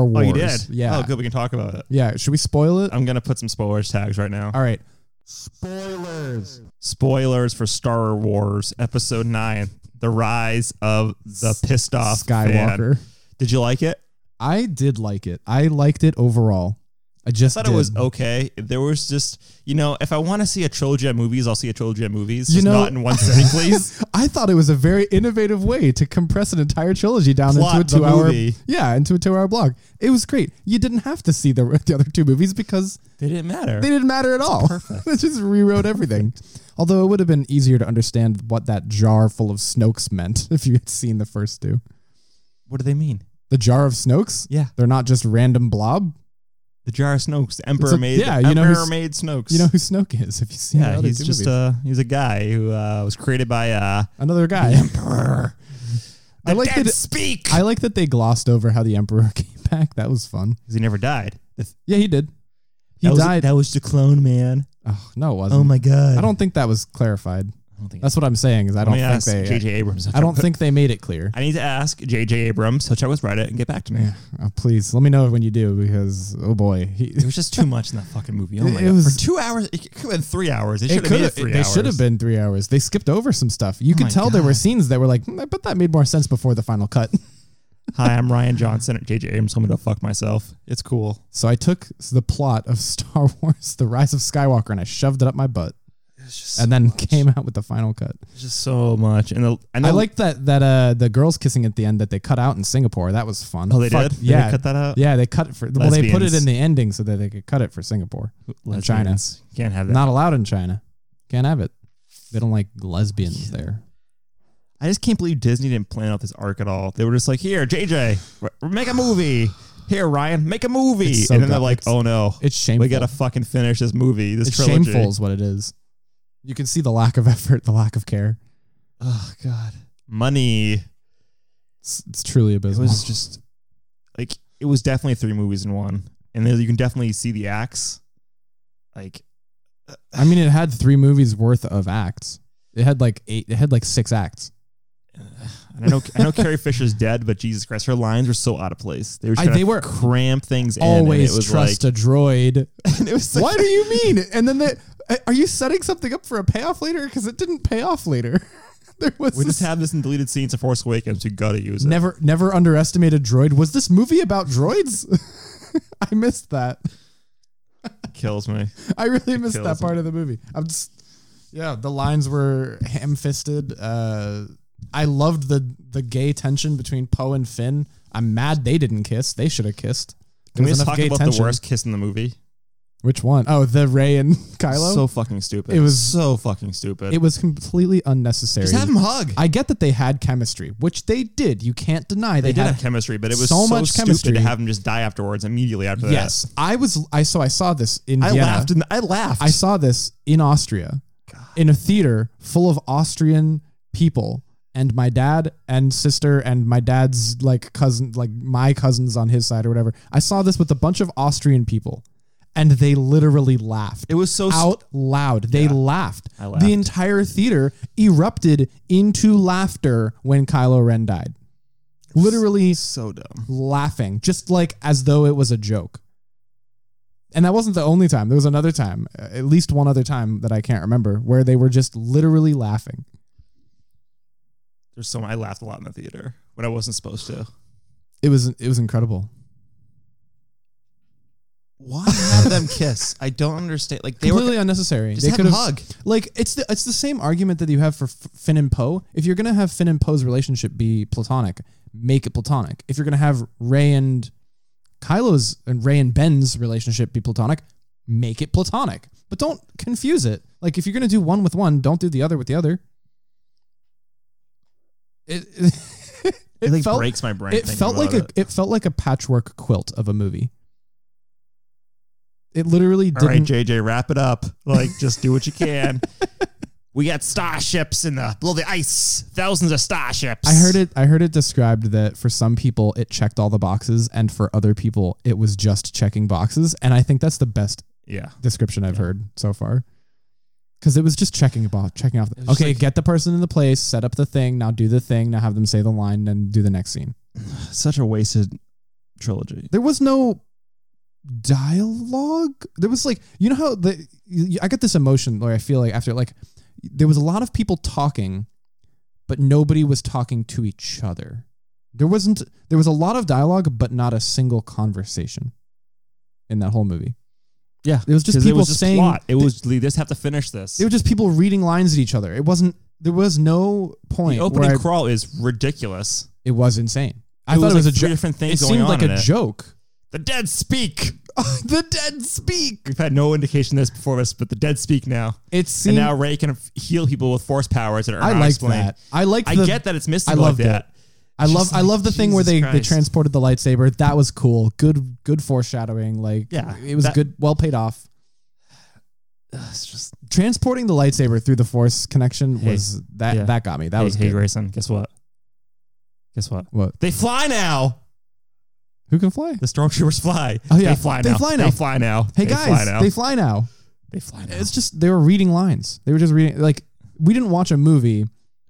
oh,
Wars.
you did.
Yeah.
Oh, good. Uh, We can talk about it.
Yeah. Should we spoil it?
I'm gonna put some spoilers tags right now.
All right. Spoilers.
Spoilers for Star Wars Episode Nine: The Rise of the Pissed Off Fan.
Skywalker.
Did you like it?
I did like it. I liked it overall. I
I
just
thought
did.
it was okay. There was just, you know, if I want to see a trilogy of movies, I'll see a trilogy of movies.
You
Just
know-
not in one sitting, please.
I thought it was a very innovative way to compress an entire trilogy down
Plot
into a
the
two-hour,
movie.
yeah, into a two-hour block. It was great. You didn't have to see the the other two movies because
they didn't matter.
they didn't matter at all. they just rewrote everything. Although it would have been easier to understand what that jar full of Snokes meant if you had seen the first two.
what do they mean?
The jar of Snokes.
Yeah,
They're not just random blob.
the Jar of Snokes, the Emperor
It's a-
made.
yeah,
the
you know
Emperor
who's-
made Snokes.
You know who Snoke is if you've seen the
yeah,
other
he's
two
just
movies.
a he's a guy who uh, was created by uh,
another guy.
Emperor.
I like that.
speak.
I like that they glossed over how the emperor came back. That was fun.
Because he never died.
Yeah, he did. He
that
died.
Was, that was the clone man.
oh, no, it wasn't.
Oh my god.
I don't think that was clarified.
I don't think.
That's what I'm saying. Is I
Let
don't
me
think
ask
they.
J.J. Abrams.
I don't think they made it clear.
I need to ask J.J. Abrams. He'll check with Reddit and get back to me.
Yeah, oh, please let me know when you do because oh boy, he,
It was just too much in that fucking movie. Oh
It-
my
it
god!
was-
For two hours, it could have been three hours. They
it
should have made it
could
three
they
hours. Oh
should have been three hours. They skipped over some stuff. You
my
could tell there were
God.
scenes that were like, hmm, I bet that made more sense before the final cut.
Hi, I'm Ryan Johnson at J.J. Abrams. told me to fuck myself. It's cool.
so I took the plot of Star Wars: The Rise of Skywalker and I shoved it up my butt,
It's just,
and then came out with the final cut.
just so much. And, the, and
I
the-
like that that uh the girls kissing at the end that they cut out in Singapore. That was fun.
Oh, they
Fuck,
did. Did
Yeah,
they cut that out.
yeah, they cut it for. Well, they put it
Lesbians.
in the ending so that they could cut it for Singapore.
Lesbians.
China.
can't have that.
Not allowed in China. Can't have it. They don't like lesbians there.
I just can't believe Disney didn't plan out this arc at all. They were just like, here, JJ, r- make a movie. Here, Ryan, make a movie.
It's so
and then they're
dumb.
like,
It's-
oh no,
It's shameful.
we got to fucking finish this movie, this
it's
trilogy.
shameful is what it is. You can see the lack of effort, the lack of care.
Oh, God. Money.
It's, it's truly
It
abysmal.
was just like, it was definitely three movies in one. And then you can definitely see the acts. Like,
I mean, it had three movies worth of acts. It had like eight. It had like six acts.
and I know, I know Carrie Fisher's dead, but Jesus Christ, her lines were so out of place. They were,
I-
trying
they
to
were
cram things in. and
Always
it was
trust
like,
a droid.
and it was like-
what do you mean? And then the, are you setting something up for a payoff later? Because it didn't pay off later. there was
We just
this-
have this in deleted scenes of Force Awakens. You gotta use it.
never never underestimated droid. Was this movie about droids? I missed that.
Kills me.
I really missed
kills
that part
me.
of the movie. I'm just yeah, the lines were ham fisted. Uh, I loved the the gay tension between Poe and Finn. I'm mad they didn't kiss. They should have kissed.
Can we
There's
just talk
enough gay
about the
tension.
worst kiss in the movie?
Which one? Oh, the Ray and Kylo.
So fucking stupid.
It was-
so fucking stupid.
it was completely unnecessary.
just have him hug.
I get that they had chemistry, which they did. You can't deny
they
they,
did
had
have chemistry, but it was so,
so much
stupid to
chemistry.
have him just die afterwards immediately after that.
Yes, I was. I so I saw this in
I
Vienna.
laughed. And I laughed.
I saw this in Austria, in a theater full of Austrian people, and my dad and sister and my dad's like cousin, like my cousins on his side or whatever. I saw this with a bunch of Austrian people, and they literally laughed.
it was so. St-
out loud. They laughed.
I laughed.
The entire theater erupted into laughter when Kylo Ren died. Literally
so dumb.
laughing, just like as though it was a joke. And that wasn't the only time. There was another time, uh, at least one other time that I can't remember, where they were just literally laughing.
There's so. I laughed a lot in the theater when I wasn't supposed to.
It was it was incredible.
Why have them kiss? I don't understand. Like they
Completely
were
unnecessary.
just
they
have
could
a
have
hug.
like it's the, it's the same argument that you have for F- Finn and Poe. If you're gonna have Finn and Poe's relationship be platonic, make it platonic. If you're gonna have Ray and Kylo's and Ray and Ben's relationship be platonic, make it platonic. But don't confuse it. Like if you're gonna do one with one, don't do the other with the other. It it,
It, like
felt
breaks my brain.
it
thinking
felt like
about
a it felt like a patchwork quilt of a movie. It literally
All right,
didn't.
JJ, wrap it up. Like, just do what you can. we got starships in the below the ice. Thousands of starships.
I heard it. I heard it described that for some people it checked all the boxes, and for other people it was just checking boxes. And I think that's the best
Yeah.
description I've heard so far, because it was just checking about checking off.
It was
The,
just
okay,
like-
get the person in the place, set up the thing, now do the thing, now have them say the line, then do the next scene.
Such a wasted trilogy.
There was no dialogue. There was like you know how the you- I got this emotion where I feel like after like there was a lot of people talking, but nobody was talking to each other. There wasn't there was a lot of dialogue, but not a single conversation in that whole movie.
Yeah.
It was just
'Cause
people
it was just
saying
plot. It was we just have to finish this.
They were just people reading lines at each other. It wasn't there was no point
the
where
opening
I-
crawl is ridiculous.
it was insane. I
was
thought it was
like
a
three
joke.
different
It
things going
seemed
on.
like
in
a
it.
joke.
The dead speak.
the dead speak.
We've had no indication of this before us, but the dead speak now.
It
and
seemed
now Ray can f- heal people with force powers that are
I
not
like
explained.
that. I like.
I
the,
get that it's mystical
I loved
like that.
I
It's
love.
just
I
like,
love the thing where
Jesus
they, they
Christ.
transported the lightsaber. That was cool. Good. Good foreshadowing. Like
Yeah,
it was
that-
good. Well paid off.
Ugh, It's just
Transporting the lightsaber through the force connection
Hey,
was that
yeah.
that got me. That
hey,
was
hey
good.
Grayson. Guess what? Guess what?
What?
They fly now.
Who can fly?
The stormtroopers fly.
Oh, yeah.
they fly
They
now.
fly now.
They fly now.
Hey
They
guys,
fly now.
they fly now.
They fly now.
It's just they were reading lines. They were just reading. Like we didn't watch a movie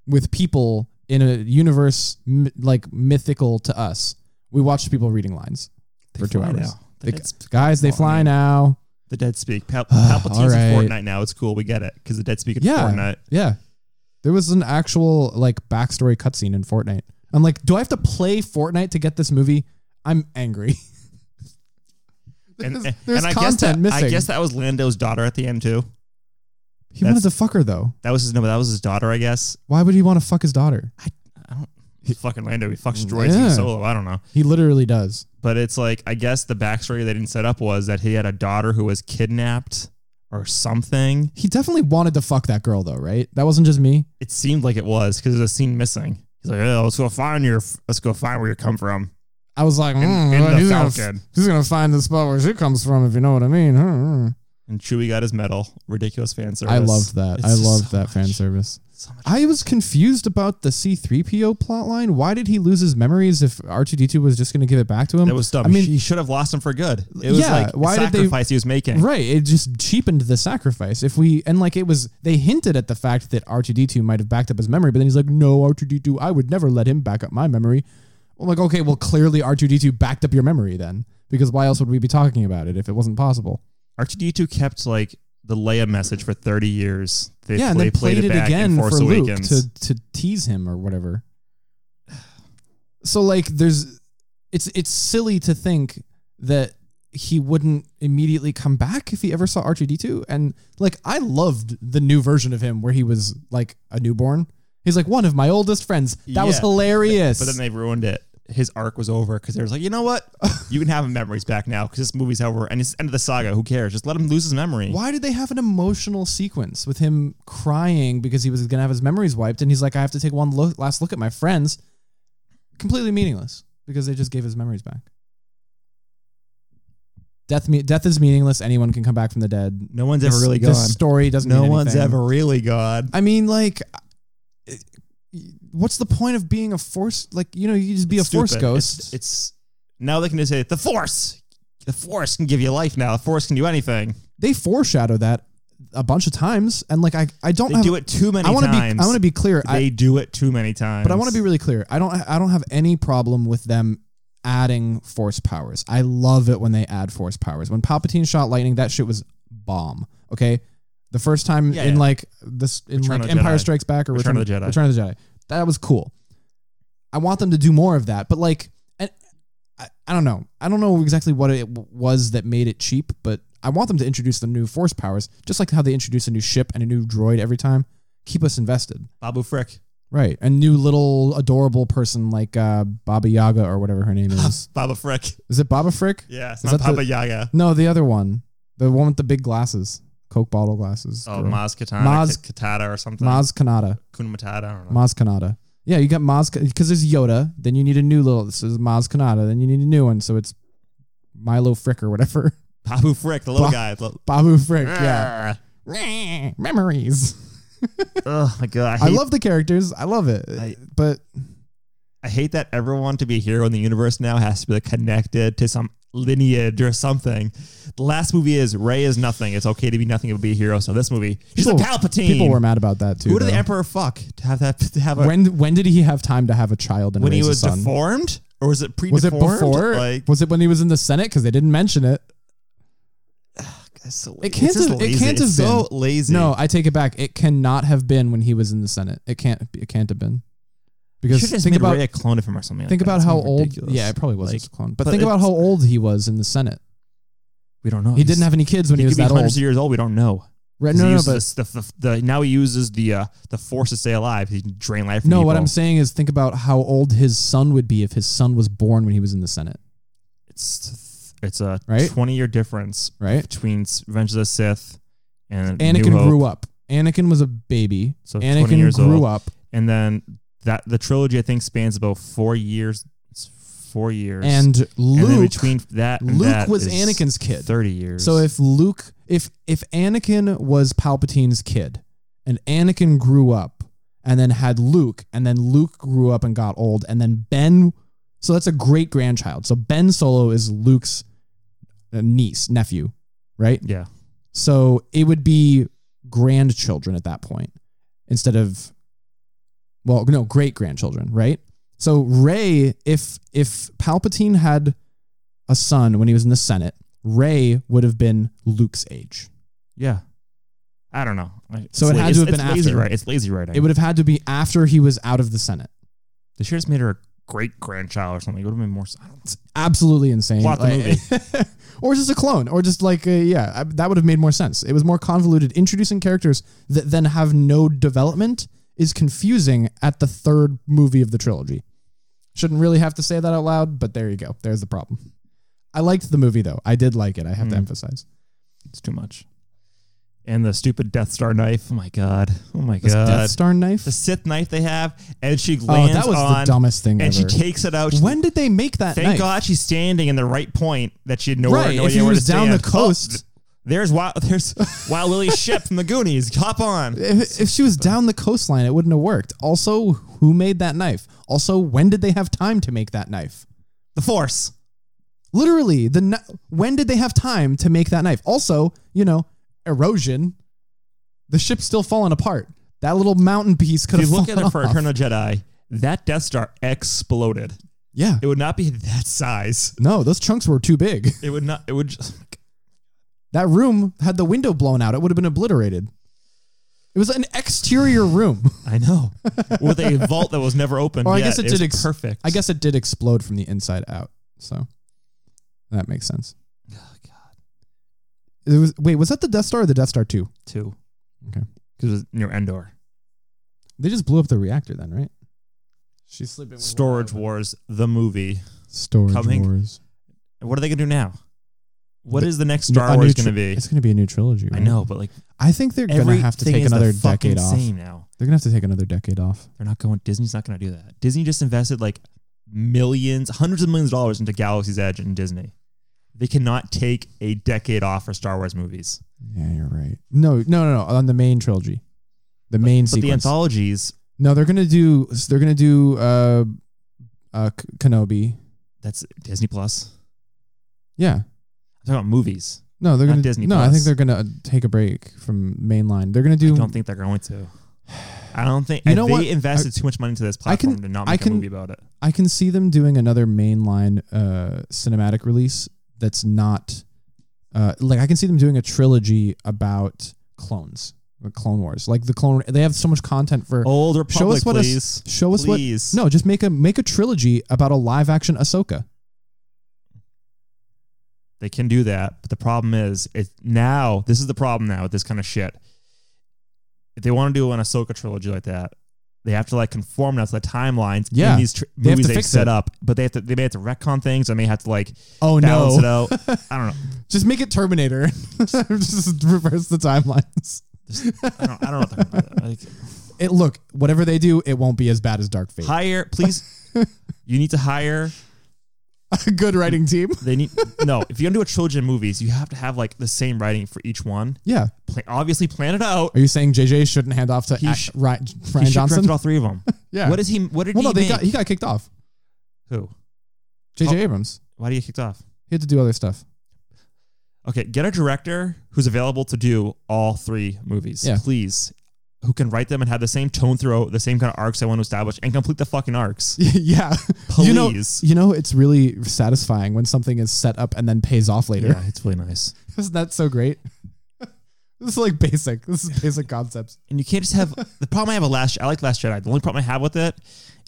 with people in a universe m- like mythical to us. We watched people reading lines
They
for two
fly
hours.
now. The,
They-
dead, sp-
guys, they
Well, I
fly
mean-
now.
the dead speak. Pal-
Ah,
Palpatine's
all
in
right.
Fortnite now. It's cool. We get it because the dead speak in
Yeah.
Fortnite.
Yeah. There was an actual like backstory cutscene in Fortnite. I'm like, do I have to play Fortnite to get this movie? I'm angry.
And,
There's-
and-
there's
and I guess
content
that,
missing.
I guess that was Lando's daughter at the end too.
he wanted to
that's-
fuck her though.
That was his no. That was his daughter. I guess.
Why would he want to fuck his daughter?
I don't. He fucking Lando. He fucks droids in
Yeah.
Solo. I don't know.
He literally does.
But it's like I guess the backstory they didn't set up was that he had a daughter who was kidnapped or something.
He definitely wanted to fuck that girl though, right? That wasn't just me.
It seemed like it was because there's a scene missing. He's like, oh, let's go find your, let's go find where you come from.
I was like, mm,
in the
he's, gonna,
Falcon.
he's gonna find the spot where she comes from, if you know what I mean. Hmm.
And Chewie got his medal. Ridiculous fan service.
I loved that.
It's
I
just
loved
so
that fan
much.
service.
So much.
I was confused about the C3PO plotline. Why did he lose his memories if R2D2 was just going to give it back to him?
That was dumb.
Um, I mean,
he should have lost him for good. It was
Yeah,
like a
why did they-
sacrifice he was making.
right. It just cheapened the sacrifice. If we, and like it was, they hinted at the fact that R2D2 might have backed up his memory, but then he's like, no, R2D2, I would never let him back up my memory. I'm like, okay, well, clearly R2D2 backed up your memory then, because why else would we be talking about it if it wasn't possible?
R2D2 kept like the Leia message for 30 years. They,
yeah, and
they
then played, it,
back
again
in Force
for Luke
Awakens.
to to tease him or whatever. So like, there's it's it's silly to think that he wouldn't immediately come back if he ever saw R2D2. And like, I loved the new version of him where he was like a newborn. He's like one of my oldest friends. That was
Yeah.
hilarious.
But then they ruined it. His arc was over because they was like, you know what? You can have his memories back now because this movie's over and it's the end of the saga. Who cares? Just let him lose his memory.
Why did they have an emotional sequence with him crying because he was going to have his memories wiped? And he's like, I have to take one look, last look at my friends. Completely meaningless because they just gave his memories back. Death, me- death is meaningless. Anyone can come back from the dead.
No one's
This-
ever really gone.
this story doesn't.
No
mean
one's
anything.
ever really gone.
I mean, like, it- what's the point of being a force? Like, you know, you just be a
It's
force
stupid.
ghost.
It's, it's now they can just say the force. The force can give you life now. The force can do anything.
they foreshadow that a bunch of times, and like, I, I don't
They
have.
do it too many
I want to be.
times.
I want to be clear. I-
They do it too many times.
But I want to be really clear. I don't. I don't have any problem with them adding force powers. I love it when they add force powers. When Palpatine shot lightning, that shit was bomb. Okay, the first time
Yeah,
in
yeah.
like this in
Return
like
of the
Empire
Jedi.
Strikes Back or
Return
Return,
of the Jedi.
Return of the Jedi. That was cool. I want them to do more of that. But like, and I, I don't know. I don't know exactly what it w- was that made it cheap, but I want them to introduce the new force powers, just like how they introduce a new ship and a new droid every time. Keep us invested.
Babu Frick.
Right. A new little adorable person like uh, Baba Yaga or whatever her name is.
Baba Frick.
is it Baba Frick?
Yeah, it's
Is
not
that the-
Papa Yaga.
No, the other one. The one with the big glasses. Coke bottle glasses.
Oh,
girl.
Maz Katana,
Maz-
Ka- Katata or something.
Maz Kanata.
Kun Matata, I don't know.
Maz Kanata. Yeah, you got Maz because there's Yoda. Then you need a new little. This is Maz Kanata. Then you need a new one. So it's Milo Frick or whatever.
Babu Frick, the little
Ba-
guy. the-
Babu Frick. Yeah. Memories.
oh my god, I,
I
hate,
love the characters. I love it.
I-
but
I hate that everyone to be a hero in the universe now has to be like, connected to some lineage or something. The last movie is Ray is nothing. It's okay to be nothing but be a hero. So this movie, she's a
People-
Palpatine.
people were mad about that too.
Who did the
though.
Emperor fuck to have that to have a
when when did he have time to have a child and
when
raise
he
a
was
son?
deformed or was it pre
Was it
deformed?
before?
Like
was it when he was in the Senate? Because they didn't mention it.
it's so la-
It can't
it's just
have- it
lazy. It's
can't have
so lazy.
No, I take it back. It cannot have been when he was in the Senate. It can't. be- It can't have been.
you
Because
should just
think
made
about
Ray a clone of him or something. like
think
that.
about
It's
how
kinda
old.
ridiculous.
Yeah, it probably was
Like,
just a clone. But,
but
think about
it's-
how old he was in the Senate.
we don't know.
He didn't have any kids when he,
he
was
could be
that old.
hundreds of years old. We don't know.
Right,
'Cause
no,
he
no,
uses
but
the, the, the, the- now he uses the uh, the force to stay alive. He can drain life. From
no. What
people.
I'm saying is, think about how old his son would be if his son was born when he was in the Senate.
it's it's a
Right?
20 year difference
Right?
between S- Revenge of the Sith and
Anakin
New Hope.
grew up. Anakin was a baby.
So 20
Anakin
years
grew
old.
up.
and then that the trilogy I think spans about four years. It's four years
And
And
Luke,
then between that and
Luke
that
was
is
Anakin's kid.
Thirty years.
So if Luke, if if Anakin was Palpatine's kid, and Anakin grew up, and then had Luke, and then Luke grew up and got old, and then Ben, so that's a great grandchild. So Ben Solo is Luke's uh, niece, nephew, right?
yeah,
So it would be grandchildren at that point instead of well, no, great grandchildren, right? So Ray, if if Palpatine had a son when he was in the Senate, Ray would have been Luke's age.
yeah, I don't know. Like,
So
it's
it
la-
had to
it's-
have been
it's lazy
after.
wri- It's lazy writing.
It would have had to be after he was out of the Senate.
They should have just made her a great grandchild or something. It would have been more. I don't know.
It's absolutely insane.
Plot the
movie. or just a clone, or just like uh, yeah, I, that would have made more sense. It was more convoluted. Introducing characters that then have no development is confusing at the third movie of the trilogy. Shouldn't really have to say that out loud, but there you go. There's the problem. I liked the movie though. I did like it. I have to
Hmm.
emphasize.
It's too much. And the stupid Death Star knife. Oh my god. Oh my
This
god.
Death Star knife.
the Sith knife they have, and she
Oh,
lands
that was
on,
the dumbest thing
and she
ever.
takes it out. She-
when did they make that
thank
knife?
God she's standing in the right point that she had nowhere,
Right,
no
if
idea
he
where
was
to
down the
stand.
coast-
Oh, th- there's wild, there's Wild Lily's ship from the Goonies. Hop on.
If, if she was down the coastline, it wouldn't have worked. Also, who made that knife? Also, when did they have time to make that knife?
The Force.
Literally, the kni- when did they have time to make that knife? Also, you know, erosion. The ship's still falling apart. That little mountain piece could
If you
have
look at
fallen
it for
off.
Return of the Jedi, that Death Star exploded.
Yeah.
It would not be that size.
No, those chunks were too big.
It would not. It would. Just,
That room had the window blown out. It would have been obliterated. It was an exterior room.
I know. With a vault that was never opened.
Or I
yet.
guess it
was
did ex-
perfect.
I guess it did explode from the inside out. So that makes sense.
oh, God.
It was wait, was that the Death Star or the Death Star two?
two.
Okay.
Because it was near Endor.
They just blew up the reactor then, right? She's sleeping. With
Storage Wars, the movie.
Storage
Coming.
Wars.
What are they gonna do now? What is
The-
the next
No,
Star
a
Wars
new
gonna be?
tri- It's gonna be a new trilogy.
I
right?
know, but like
I think they're gonna
everything
have to take
is
another
the fucking
decade off.
same now.
They're gonna have to take another decade off.
They're not going. Disney's not gonna do that. Disney just invested like millions, hundreds of millions of dollars into Galaxy's Edge and Disney. They cannot take a decade off for Star Wars movies.
Yeah, you're right. No, no, no, no. On the main trilogy, the main
But the
sequence.
anthologies,
no, they're gonna do. They're gonna do. Uh, uh, K- Kenobi.
that's Disney Plus.
Yeah.
I'm talking about movies.
No, they're
Not
gonna
Disney
No, I
Plus.
think they're gonna uh, take a break from mainline. They're gonna
I
do.
don't think they're going to. I don't think.
You
and
know
they
what?
invested too much money into this
I can-
platform to not
I
make
can-
a movie about it.
I can see them doing another mainline uh, cinematic release that's not uh, like I can see them doing a trilogy about clones, the Clone Wars, like the Clone. They have so much content for.
Old Republic,
show us what a s-
Oh, please.
show us
please.
what. No, just make a make a trilogy about a live action Ahsoka.
They can do that, but the problem is it now. This is the problem now with this kind of shit. If they want to do an Ahsoka trilogy like that, they have to like conform now to the timelines
Yeah.
in these tr-
They have
movies
to
they've
fix
set
it.
up. But they have to they may have to retcon things. I may have to like
Oh
balance
no!
it out. I don't know.
Just make it Terminator. Just reverse the timelines.
I don't, I don't know what they're gonna do. Like,
It look whatever they do, it won't be as bad as Dark Fate.
hire, please. You need to hire.
A good writing team.
They need no. If you're gonna do a trilogy of movies, you have to have like the same writing for each one.
Yeah.
Pla obviously, plan it out.
Are you saying JJ shouldn't hand off to
He
Ryan
sh-
Ryan
he should
Johnson?
drafted all three of them.
Yeah.
What is he? What did
well,
he
no, they
make?
got, he got kicked off.
Who?
JJ
Oh.
Abrams.
Why do you get kicked off?
He had to do other stuff.
Okay, get a director who's available to do all three movies,
Yeah.
please. Who can write them and have the same tone throughout, the same kind of arcs I want to establish, and complete the fucking arcs.
yeah. You know,
Please.
you know, it's really satisfying when something is set up and then pays off later.
Yeah, it's really nice.
Isn't that so great? this is like basic. This is basic concepts.
And you can't just have the problem I have with Last. I like Last Jedi. The only problem I have with it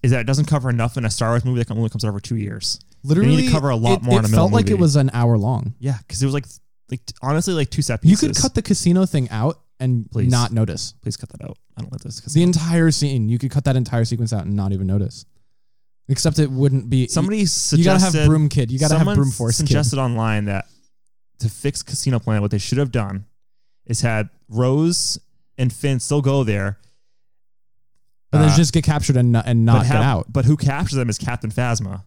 is that it doesn't cover enough in a Star Wars movie that only comes out every two years.
Literally,
cover a lot
it,
more
It
in a middle
felt like it
movie.
was an hour long.
Yeah, because it was like, like honestly, like two set
You
pieces.
could cut the casino thing out and
Please.
not notice.
Please cut that out. I don't like this because
The entire scene, you could cut that entire sequence out and not even notice. Except it wouldn't be
somebody
You
suggested
gotta have broom kid. You gotta have
Someone
broom force
suggested online that to fix Casino Planet, what they should have done is had Rose and Finn still go there,
kid. But
uh,
then just get captured and not, and not
but, have-
get out.
but who captures them is Captain Phasma.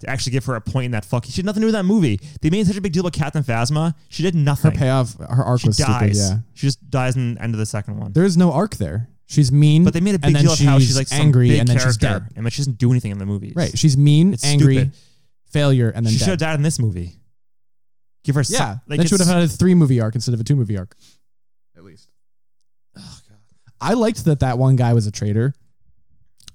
To actually give her a point in that fuck, she had nothing to do with that movie. They made such a big deal about Captain Phasma. She did
Her
nothing.
payoff, her arc
she
was
dies.
stupid. Yeah,
She just dies in the end of the second one.
there is no arc there. She's mean,
but they made a big
and then
deal of how she's like some
angry,
big
and then
character,
she's dead.
and but she doesn't do anything in the movies.
Right? She's mean,
It's
angry,
stupid.
failure, and then
she should have
dead.
died in this movie. Give her some-
Yeah,
like
then she would
it's-
have had a three movie arc instead of a two movie arc. At least.
Oh,
I liked that that one guy was a traitor.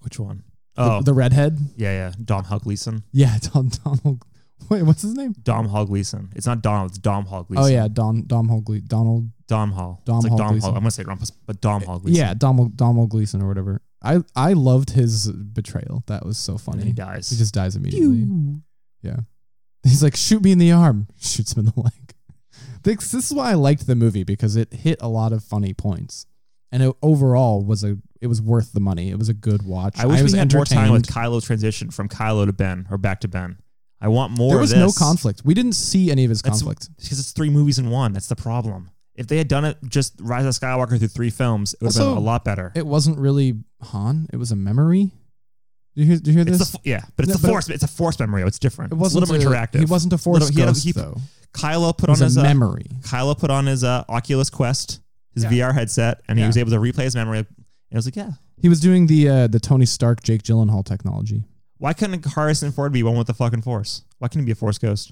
which one?
The,
Oh,
the redhead.
yeah, yeah, Dom Hugleason.
Yeah, Don Donald. Wait, what's his name?
Dom Hall Gleason. It's not Dom. It's Dom Hall Gleason.
Oh yeah, Don Dom Holgley, Donald.
Dom Hall.
Dom
it's like
Hall
Dom
Gleason.
Hall. I'm gonna say Dom, but Dom Hall Gleason.
Yeah, Donald Donald Gleason or whatever. I I loved his betrayal. That was so
and
funny.
then he dies.
He just dies immediately. Yeah. He's like, shoot me in the arm. Shoots him in the leg. This, this is why I liked the movie because it hit a lot of funny points, and it overall was a it was worth the money. It was a good watch.
I wish
was
we had more time with
entertained.
Kylo's transition from Kylo to Ben or back to Ben. I want more.
There
of
was
this.
no conflict. We didn't see any of his
That's-
conflict.
because it's three movies in one. That's the problem. If they had done it just Rise of Skywalker through three films, it would have
Also,
been a lot better.
It wasn't really Han. It was a memory. Do you hear? Do you hear
it's
this?
the f- yeah, but it's
No,
the
but it-
force. It's a force memory. It's different.
it
It's a
wasn't
little more interactive.
He wasn't a force
Little- he had a-
ghost
he-
though.
Kylo put
It was
on
a
his uh,
memory.
Kylo put on his uh, Oculus Quest, his
Yeah.
VR headset, and he
Yeah.
was able to replay his memory. And I was like, yeah,
He was doing the uh, the Tony Stark Jake Gyllenhaal technology.
Why couldn't Harrison Ford be one with the fucking force? Why couldn't he be a force ghost?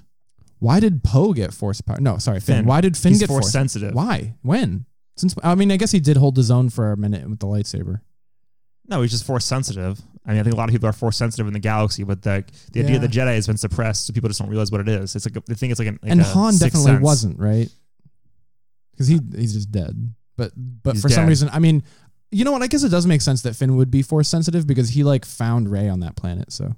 Why did Poe get force power? No, sorry, Finn.
Finn.
Why did Finn
He's
get
force,
force?
sensitive.
Why? When? Since I mean, I guess he did hold his own for a minute with the lightsaber.
No, he's just force sensitive. I mean, I think a lot of people are force sensitive in the galaxy, but the the idea
Yeah.
of the Jedi has been suppressed, so people just don't realize what it is. It's like a, they think it's like an like
and
a
Han
sixth
definitely
sense.
wasn't, right? Because he he's just dead. But but
He's
for some
dead.
reason, I mean, you know what? I guess it does make sense that Finn would be force sensitive because he like found Ray on that planet. So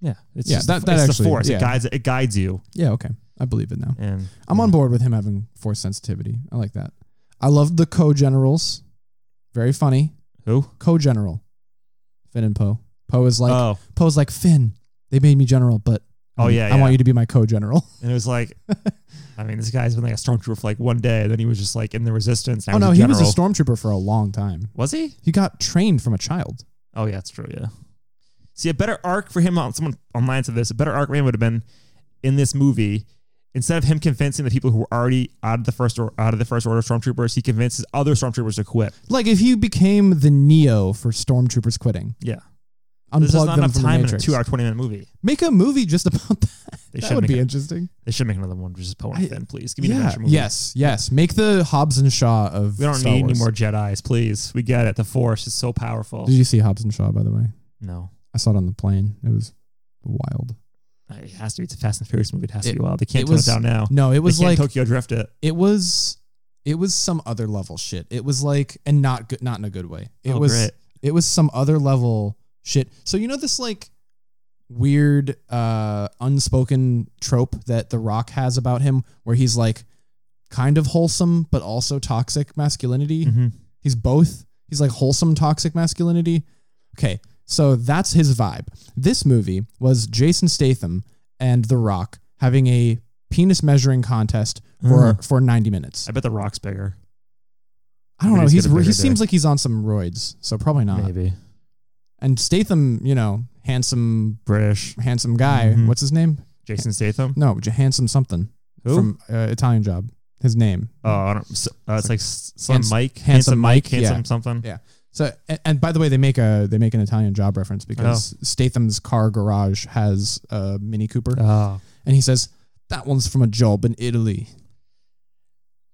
Yeah, it's
Yeah,
just
that-
the,
that
it's
actually-
the force.
yeah.
It guides it guides you.
yeah, okay, I believe it now.
And Mm.
I'm on board with him having force sensitivity. I like that. I loved the co generals. Very funny
Who?
co general, Finn and Poe. Poe is like
oh,
Poe's like Finn. They made me general, but
Oh,
I-
yeah,
I
yeah.
want you to be my co-general.
and it was like, I mean, this guy's been like a stormtrooper for like one day, and then he was just like in the resistance. now
oh no,
he's
he was a
general.
stormtrooper for a long time.
Was he?
He got trained from a child.
Oh yeah, that's true. Yeah. See, a better arc for him on someone online said this. A better arc for him would have been in this movie. Instead of him convincing the people who were already out of the first or out of the first order stormtroopers, he convinces other stormtroopers to quit.
Like if he became the Neo for stormtroopers quitting,
Yeah,
unplug
this is not
them
enough
from
time
the
in a
Matrix.
two-hour, twenty-minute movie.
Make a movie just about that.
They
that
should
would
make
be
a-
interesting.
They should make another one, which is Poe
I-
and Finn. Please give me an
Yeah.
adventure movie.
Yes. Yes. Make the Hobbs and Shaw of.
we don't
Star
need
Wars.
any more Jedi's. Please, we get it. The Force is so powerful.
Did you see Hobbs and Shaw? By the way,
no,
I saw it on the plane. It was wild.
it has to. be It's a Fast and Furious movie. It has
It-
to be wild. They can't
it
tone
was-
it down now.
No, it was
they
like
can't Tokyo Drift. It.
it was it was some other level shit. It was like and not good not in a good way. It
Oh,
was
great.
it was some other level shit. So you know this like weird uh unspoken trope that the rock has about him where he's like kind of wholesome but also toxic masculinity
Mm-hmm.
he's both he's like wholesome toxic masculinity okay so that's his vibe this movie was jason statham and the rock having a penis measuring contest for for 90 minutes
Mm-hmm. I bet the rock's bigger.
i don't
bet
know
he's
he's
got a
he
bigger
seems
dick.
like he's on some roids so probably not
Maybe
and statham you know handsome
British.
handsome guy.
Mhm.
What's his name?
Jason Statham.
No, J- handsome something
Who?
from uh, Italian Job. His name.
oh, I don't. s- Uh, it's like s- some
Hands-
Mike,
Handsome Mike, yeah.
handsome something.
Yeah. So and, and by the way, they make a they make an Italian Job reference
Oh.
because Statham's car garage has a Mini Cooper,
Oh,
and he says that one's from a job in Italy.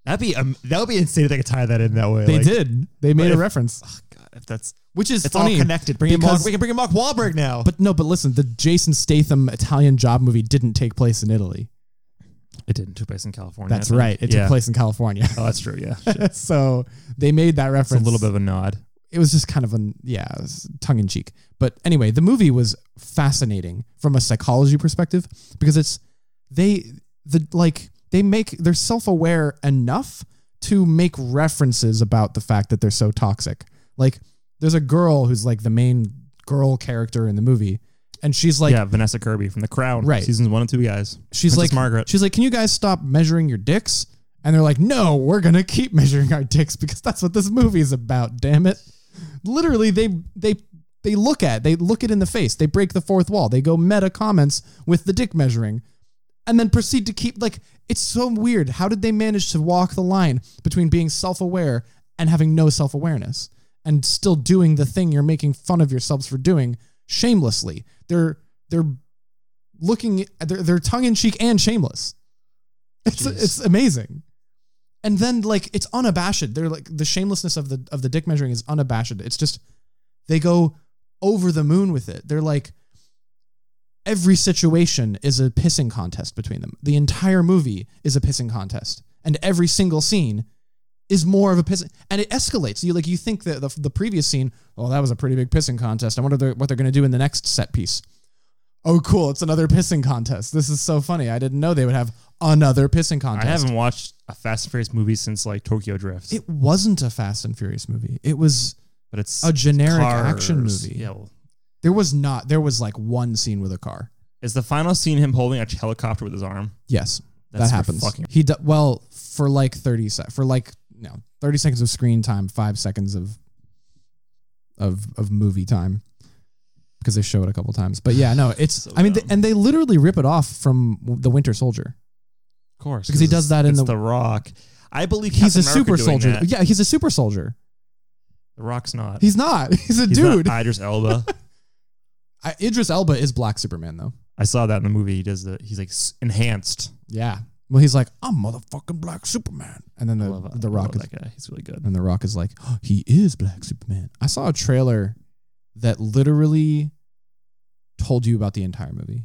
that'd be um, that would be insane if they could tie that in that way.
They
like,
did. They made
But
a
if-
reference,
Oh, God, if that's
which is
it's
funny.
all connected. Bring in
because-
Mark, we can bring in Mark Wahlberg now.
But no, but listen, the Jason Statham Italian Job movie didn't take place in Italy.
it didn't took place in California.
That's
so-
right. It
yeah.
took place in California.
Oh, that's true. Yeah,
so they made that
it's a
reference
little bit of a nod.
it was just kind of an yeah it was tongue in cheek but anyway the movie was fascinating from a psychology perspective because it's they the like they make they're self-aware enough to make references about the fact that they're so toxic like there's a girl who's like the main girl character in the movie and she's like
yeah, Vanessa Kirby from The Crown,
Right.
Seasons one and two, guys.
she's
Princess
like
Margaret.
she's like can you guys stop measuring your dicks and they're like no we're gonna keep measuring our dicks because that's what this movie is about damn it literally they they they look at they look it in the face they break the fourth wall they go meta comments with the dick measuring and then proceed to keep like it's so weird how did they manage to walk the line between being self-aware and having no self-awareness and still doing the thing you're making fun of yourselves for doing shamelessly they're they're looking they're, they're tongue-in-cheek and shameless it's
Jeez.
it's amazing and then like it's unabashed they're like the shamelessness of the of the dick measuring is unabashed it's just they go over the moon with it they're like every situation is a pissing contest between them. The entire movie is a pissing contest, and every single scene is more of a pissing, and it escalates. You like you think that the, the previous scene, oh, that was a pretty big pissing contest. I wonder they're, what they're going to do in the next set piece. Oh, cool! It's another pissing contest. This is so funny. I didn't know they would have another pissing
I
contest.
haven't watched a Fast and Furious movie since like Tokyo Drift,
It wasn't a Fast and Furious movie. It was
but it's
a generic
cars.
action movie.
Yeah, well,
There was not. There was like one scene with a car.
is the final scene him holding a helicopter with his arm?
Yes,
That's
that
for
happens.
fucking-
he do, well for like thirty se- for like no thirty seconds of screen time, five seconds of of of movie time because they show it a couple times. But yeah, no, it's
So
I mean,
dumb.
th- and they literally rip it off from the Winter Soldier.
Of course,
Because he does that in
it's
the-
the Rock. I believe
He's
Captain
a
America
super
doing
soldier.
that.
Yeah, he's a super soldier.
The Rock's not.
He's not. He's a
He's
dude.
Not Idris Elba.
I, Idris Elba is Black Superman though.
I saw that in the movie. He does the. He's like s- enhanced.
Yeah. Well, he's like I'm motherfucking Black Superman, and then
I
the
love-
the
I
Rock
love
is
that guy. He's really good.
And The Rock is like, "Oh, he is Black Superman. I saw a trailer that literally told you about the entire movie.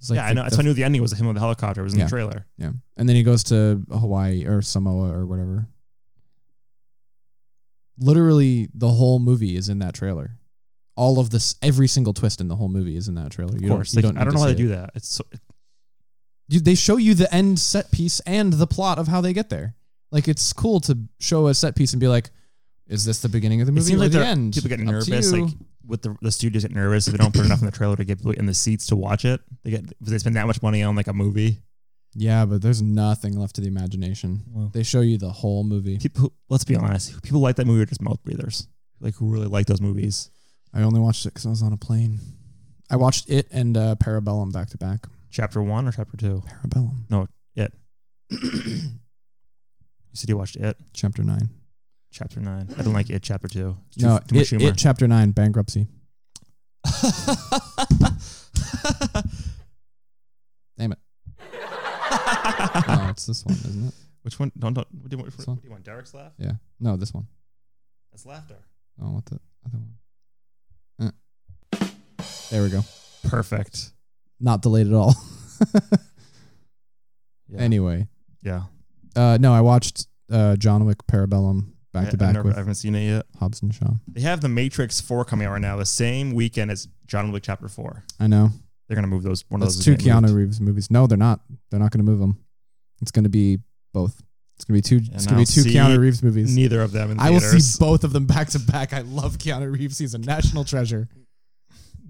It's
yeah, I
the-
know. That's
the-
why I knew the ending was him with the helicopter. It was in
Yeah.
the trailer.
Yeah, and then he goes to Hawaii or Samoa or whatever. Literally, the whole movie is in that trailer. All of this, every single twist in the whole movie is in that trailer.
Of
you
course,
don't, you
Like,
don't
I
need
don't know
to
why
see
they
it.
do that. It's so,
You- they show you the end set piece and the plot of how they get there. Like it's cool to show a set piece and be like, "Is this the beginning of the
it
movie
seems
or
like
the
they're-
end?"
people get
Up to
nervous.
you.
Like with the, the studios get nervous if they don't put enough in the trailer to get people in the seats to watch it. They get if they spend that much money on like a movie.
yeah, but there's nothing left to the imagination.
Well,
They show you the whole movie.
people, who- let's be honest, people who like that movie are just mouth breathers. Like who really like those movies?
I only watched it because I was on a plane. I watched it and uh, Parabellum back to back.
Chapter one or chapter two?
Parabellum,
You said you watched it.
chapter nine.
Chapter nine. I didn't like it. Chapter two. It's
no,
too, too much
it,
humor.
it chapter nine, bankruptcy. Oh, Damn it. no, it's this one, isn't it?
Which one? Don't, don't, what do you want?
Um, This
What
one?
do you want? Derek's laugh?
Yeah. No, this one.
That's laughter.
Oh, what the other one? Uh. There we go.
Perfect.
Not delayed at all.
Yeah.
Anyway,
yeah.
uh, no, I watched uh, John Wick Parabellum back
I-
to
I've
back
never- I
with
haven't seen it yet.
Hobbs and Shaw.
They have The Matrix 4 coming out right now, the same weekend as John Wick Chapter 4.
I know.
They're gonna move those one
That's
of those.
two
is gonna
Keanu
get moved.
Reeves movies. No, they're not. They're not going to move them. It's going to be both. It's going to be two.
And
it's going to be
I'll
two
see
Keanu Reeves movies.
Neither of them. In
I will
theaters.
see both of them back to back. I love Keanu Reeves. He's a national treasure.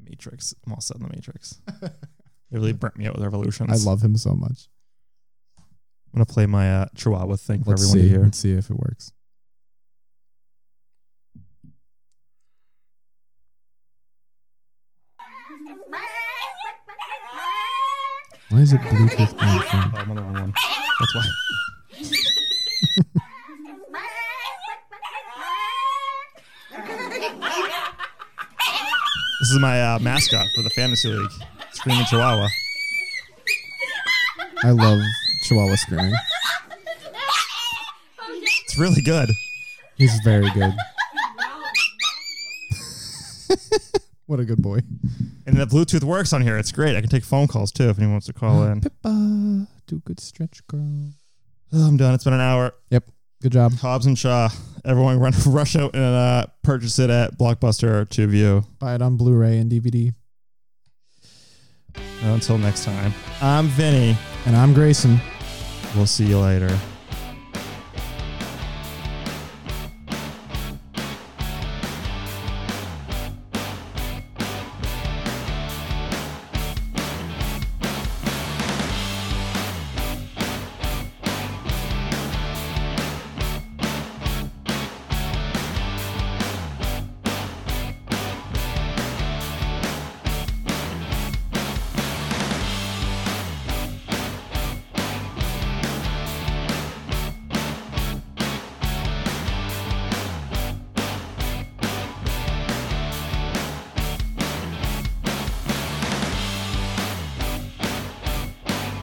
Matrix. I'm all set in the Matrix. They really burnt me out with Revolutions.
I love him so much.
I'm gonna play my uh, Chihuahua thing for
Let's
everyone to
see.
hear.
Let's see if it works. Why is it Bluetooth?
Oh, I'm on the wrong one. That's why. This is my uh, mascot for the fantasy league, screaming Chihuahua.
I love Chihuahua screaming.
It's really good.
He's very good. what a good boy.
And the Bluetooth works on here. It's great. I can take phone calls too if anyone wants to call in.
Pippa, do good stretch, girl.
Oh, I'm done. It's been an hour.
Good job.
Hobbs and Shaw. Everyone run rush out and uh, purchase it at Blockbuster or to view.
Buy it on Blu-ray and DVD.
Until next time. I'm Vinny.
And I'm Grayson.
We'll see you later.